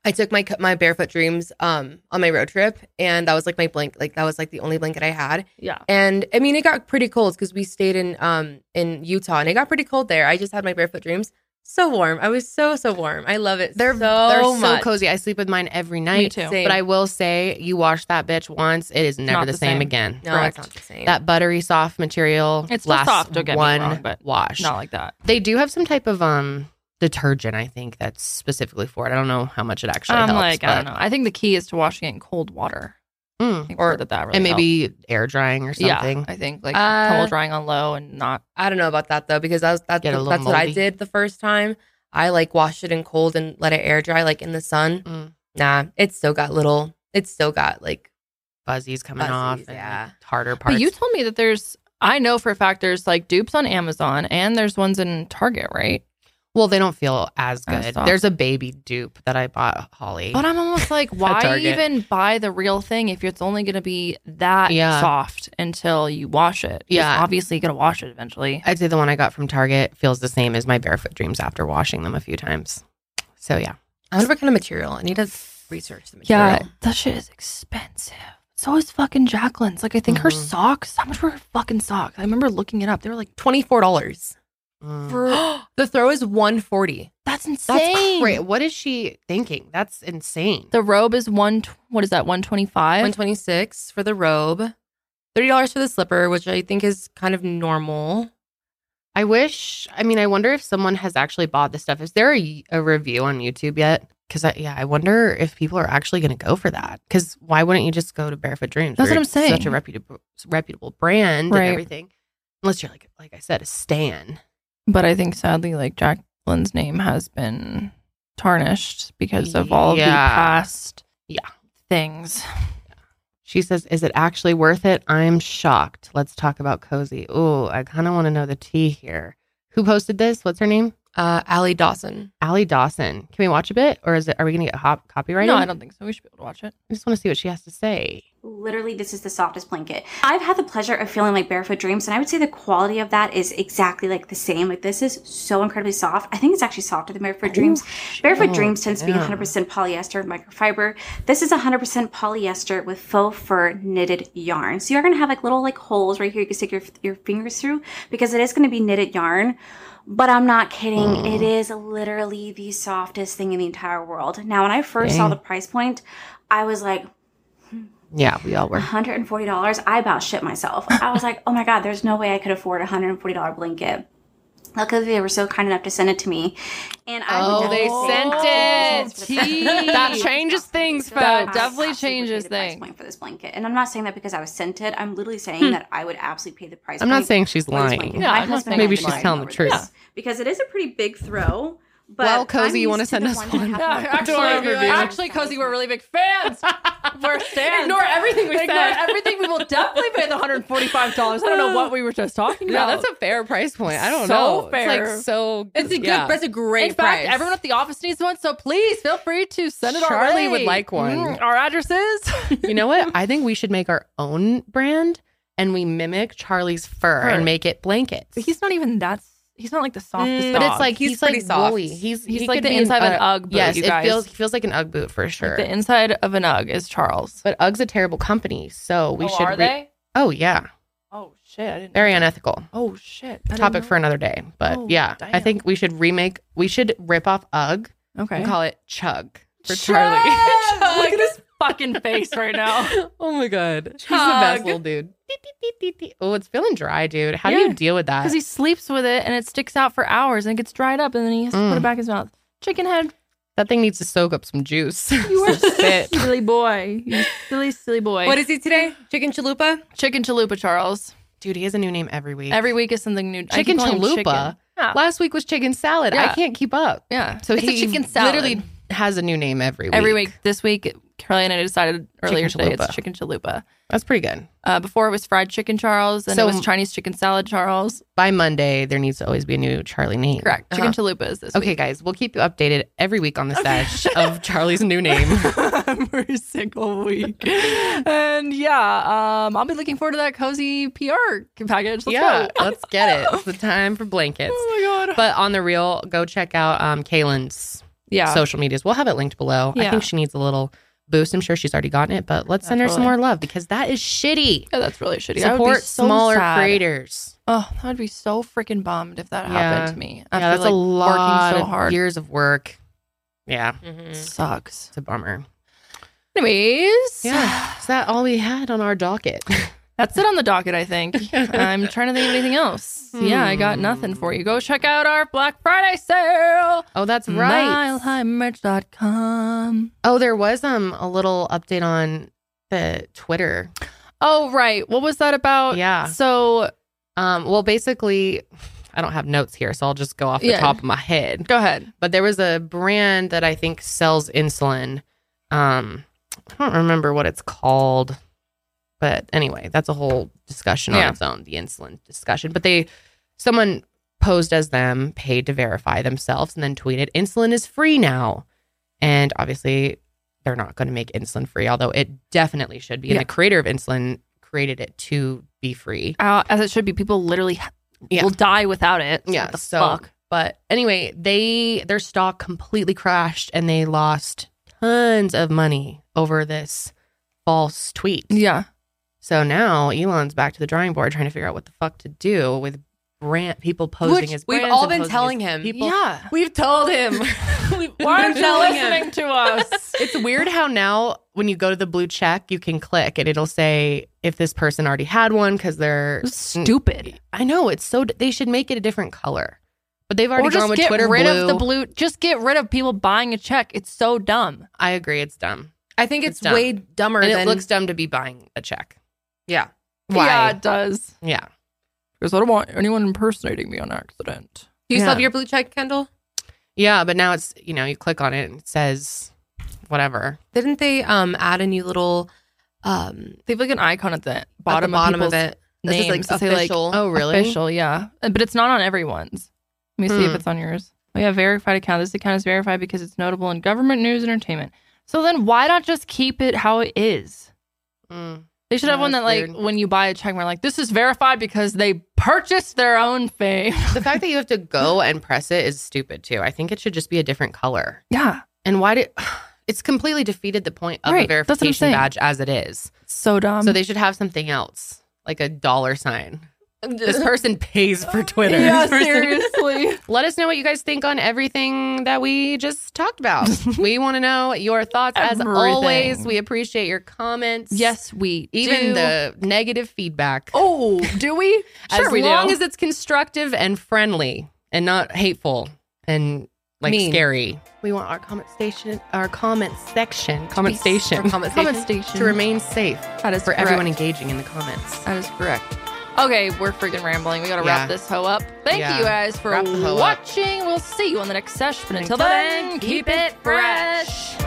I took my my barefoot dreams um on my road trip, and that was like my blank. Like that was like the only blanket I had. yeah. And I mean, it got pretty cold because we stayed in um in Utah, and it got pretty cold there. I just had my barefoot dreams. So warm. I was so so warm. I love it. They're- so they're so much. cozy. I sleep with mine every night. Me too. Same. But I will say, you wash that bitch once, it is never not the, the same, same. again. No, Correct. it's not the same. That buttery soft material It's still lasts soft, don't get me one wrong, but wash. Not like that. They do have some type of um detergent, I think, that's specifically for it. I don't know how much it actually I'm helps. Um, like I don't but- know. I think the key is to washing it in cold water. I Mm. think or that that really and maybe air drying or helped. something. yeah. I think like Uh, towel drying on low and not I don't know about that though because I was that's Get a that's little what I moldy. did the first time. I like washed it in cold and let it air dry like in the sun. Mm. Nah, it's still got little. It's still got like Fuzzies coming Fuzzies, off, and yeah. like, harder parts. But you told me that there's, I know for a fact there's like dupes on Amazon and there's ones in Target, right? well, they don't feel as I good. saw. There's a baby dupe that I bought, Holly. But I'm almost like, why Target. even buy the real thing if it's only going to be that Yeah. soft until you wash it? 'Cause Yeah. Obviously, you're going to wash it eventually. I'd say the one I got from Target feels the same as my barefoot dreams after washing them a few times. So yeah, I wonder what kind of material. I need to research the material. Yeah. That shit is expensive. So is fucking Jacqueline's. Like, I think her Mhm. socks, how much were her fucking socks? I remember looking it up. They were like, twenty four dollars. Mm. the throw is one forty. that's insane. that's great. What is she thinking? That's insane. The robe is one, tw- what is that, 125? One twenty six for the robe. Thirty dollars for the slipper, which I think is kind of normal. I wish. I mean, I wonder if someone has actually bought this stuff. Is there a, a review on YouTube yet? Because I, yeah, I wonder if people are actually going to go for that. Because why wouldn't you just go to Barefoot Dreams? That's They're what I'm saying. Such a reputable, reputable brand Right. and everything. Unless you're like, like I said, a stan. But I think sadly, like Jacqueline's name has been tarnished because of all of the Yeah. past Yeah. things. She says, "Is it actually worth it?" I'm shocked. Let's talk about cozy. Ooh, I kind of want to know the tea here. Who posted this? What's her name? Uh Allie Dawson. Allie Dawson. Can we watch a bit, or is it? Are we going to get hop- copyrighted? No, I don't think so. We should be able to watch it. I just want to see what she has to say. Ooh, Literally, this is the softest blanket. I've had the pleasure of feeling like barefoot dreams, and I would say the quality of that is exactly like the same. Like this is so incredibly soft. I think it's actually softer than barefoot dreams. oh, Barefoot dreams tends to be 100% polyester and microfiber. This is 100% polyester with faux fur knitted yarn. So you're gonna have like little like holes right here you can stick your your fingers through because it is gonna be knitted yarn. But I'm not kidding. It is literally the softest thing in the entire world. Now, when I first saw the price point, I was like, Yeah, we all were. $140. I about shit myself. I was like, oh my God, there's no way I could afford a $140 blanket. Luckily, they were so kind enough to send it to me. And I Oh, would they definitely- sent it. That changes things, So That I folks. definitely absolutely changes paid the price things. Point for this blanket. And I'm not saying that because I was sent it. I'm literally saying that I would absolutely pay the price. Hmm. I'm not point saying she's for this lying. blanket. No, My I'm not husband saying and I Maybe would she's fight telling the over this truth. Because it is a pretty big throw. But Well, Cozy, I'm you wanna used to send the us ones one? that No, have, like, actually, review. actually, Cozy, we're really big fans. we're fans. Ignore everything we Ignore said. everything. We will definitely pay the $145. I don't know what we were just talking No, about. that's a fair price point. I don't So know. It's fair. like so. It's a good. yeah. That's a great In fact, price. everyone at the office needs one, so please feel free to send it our Charlie way. Mm. would like one. our addresses. You know what? I think we should make our own brand and we mimic Charlie's fur, Fur. and make it blankets. he's not even that. He's not like the softest. Mm, but it's dog. like He's he's, like pretty soft. woolly. He's He's he like could the be inside of an uh, Ugg boot, Yes, you it guys. feels feels like an Ugg boot for sure. the inside of an UGG is Charles. but Ugg's a terrible company, so we should. re- Oh yeah, Oh shit! I didn't. very unethical. oh shit! I didn't Topic know. for another day, but Oh, yeah, I damn. think we should remake. We should rip off Ugg okay. and call it Chug for Chug! Charlie. Look at his fucking face right now. oh my god, he's the best Chug. little dude. Beep, beep, beep, beep, beep. Oh, it's feeling dry, dude. How do Yeah. you deal with that? Because he sleeps with it and it sticks out for hours and it gets dried up and then he has to put Mm. it back in his mouth. Chicken head, That thing needs to soak up some juice. you are Some spit. silly boy. You silly, silly boy. What is he today? Chicken chalupa. Chicken chalupa, Charles. Dude, he has a new name every week. Every week is something new. I keep chicken calling him chalupa. chicken. Yeah. Last week was chicken salad. Yeah. I can't keep up. yeah. So it's he a chicken salad. literally has a new name every week. every week. This week, Carly and I decided earlier Chicken today chalupa. it's chicken chalupa. That's pretty good. Uh, before it was fried chicken Charles, then So- it was Chinese chicken salad Charles. By Monday, there needs to always be a new Charlie name. Uh-huh. Correct. Chicken chalupa is this Okay, week. guys, we'll keep you updated every week on the sesh of Charlie's new name. Every single week. and yeah, um, I'll be looking forward to that cozy PR package. Let's yeah, go. let's get it. It's the time for blankets. Oh my god. But on the real, go check out um, Kaylin's yeah. social medias. We'll have it linked below. I Yeah. think she needs a little boost. I'm sure she's already gotten it, but let's send her some Definitely. more love because that is shitty. Yeah, that's really shitty. I would be Support so smaller sad. creators. Oh, I would be so freaking bummed if that Yeah. happened to me. After yeah, that's like, a lot working so of hard. Mm. years of work. Yeah, It sucks. it's a bummer. Anyways, Yeah, is that all we had on our docket? that's it on the docket. I think I'm trying to think of anything else. Yeah, I got nothing for you. Go check out our Black Friday sale. oh, that's right. MileHighMerch.com. Oh, there was um a little update on the Twitter. Oh right, what was that about? Yeah. Oh, So Um, well, basically, I don't have notes here, so I'll just go off the Yeah. top of my head. go ahead. But there was a brand that I think sells insulin. Um, I don't remember what it's called, but anyway, that's a whole discussion on Yeah. its own. The insulin discussion, but they someone posed as them, paid to verify themselves, and then tweeted, "Insulin is free now," and obviously. They're not going to make insulin free, although it definitely should be. And Yeah. the creator of insulin created it to be free. Uh, as it should be, people literally Yeah. will die without it. So Yeah, what the so- fuck? But anyway, they their stock completely crashed and they lost tons of money over this false tweet. Yeah. So now Elon's back to the drawing board trying to figure out what the fuck to do with brand people posing Which as we've brands all and been posing telling as him. People. yeah. We've told him. Why aren't We're you telling him. listening to us? It's weird how now when you go to the blue check, you can click and it'll say if this person already had one because they're Stupid. I know it's so they should make it a different color, but they've already Or gone just with get Twitter rid blue. of the blue. Just get rid of people buying a check. It's so dumb. I agree, it's dumb. I think It's it's, dumb. way dumber and than it looks dumb to be buying a check. Yeah. Yeah, Why? it does. Yeah. yeah. Because I don't want anyone impersonating me on accident. Do you still Yeah. have your blue check, Kendall? But now it's, you know, you click on it and it says whatever. Didn't they um add a new little um They have like an icon at the at the bottom, bottom of, of people's it? This is, names that say, like, official. Oh, really? Official, yeah. Uh, But it's not on everyone's. Let me see if Hmm. it's on yours. We have verified account. This account is verified because it's notable in government news and entertainment. So then why not just keep it how it is? Mm. They should have No, one that that's like weird. when you buy a check mark, like this is verified because they purchased their own fame. The fact that you have to go and press it is stupid too. I think it should just be a different color. yeah, And why did it's completely defeated the point of Right, the that's what I'm verification saying. badge as it is. so dumb. so they should have something else, like a dollar sign. This person pays for Twitter. yeah, This person- seriously. Let us know what you guys think on everything that we just talked about. we want to know your thoughts as Everything. always. We appreciate your comments. yes, we Even do. the negative feedback. oh, do we? sure, as we long do. as it's constructive and friendly and not hateful and like Mean. scary. We want our comment station, our comment section, comment Or station, comment comment station. station to remain safe That is for everyone correct. engaging in the comments. That is correct. Okay, we're freaking rambling. We gotta Yeah. wrap this hoe up. Thank Yeah. you guys for Wrap the hoe up. watching. We'll see you on the next session. Until, Until then, then, keep keep it it fresh.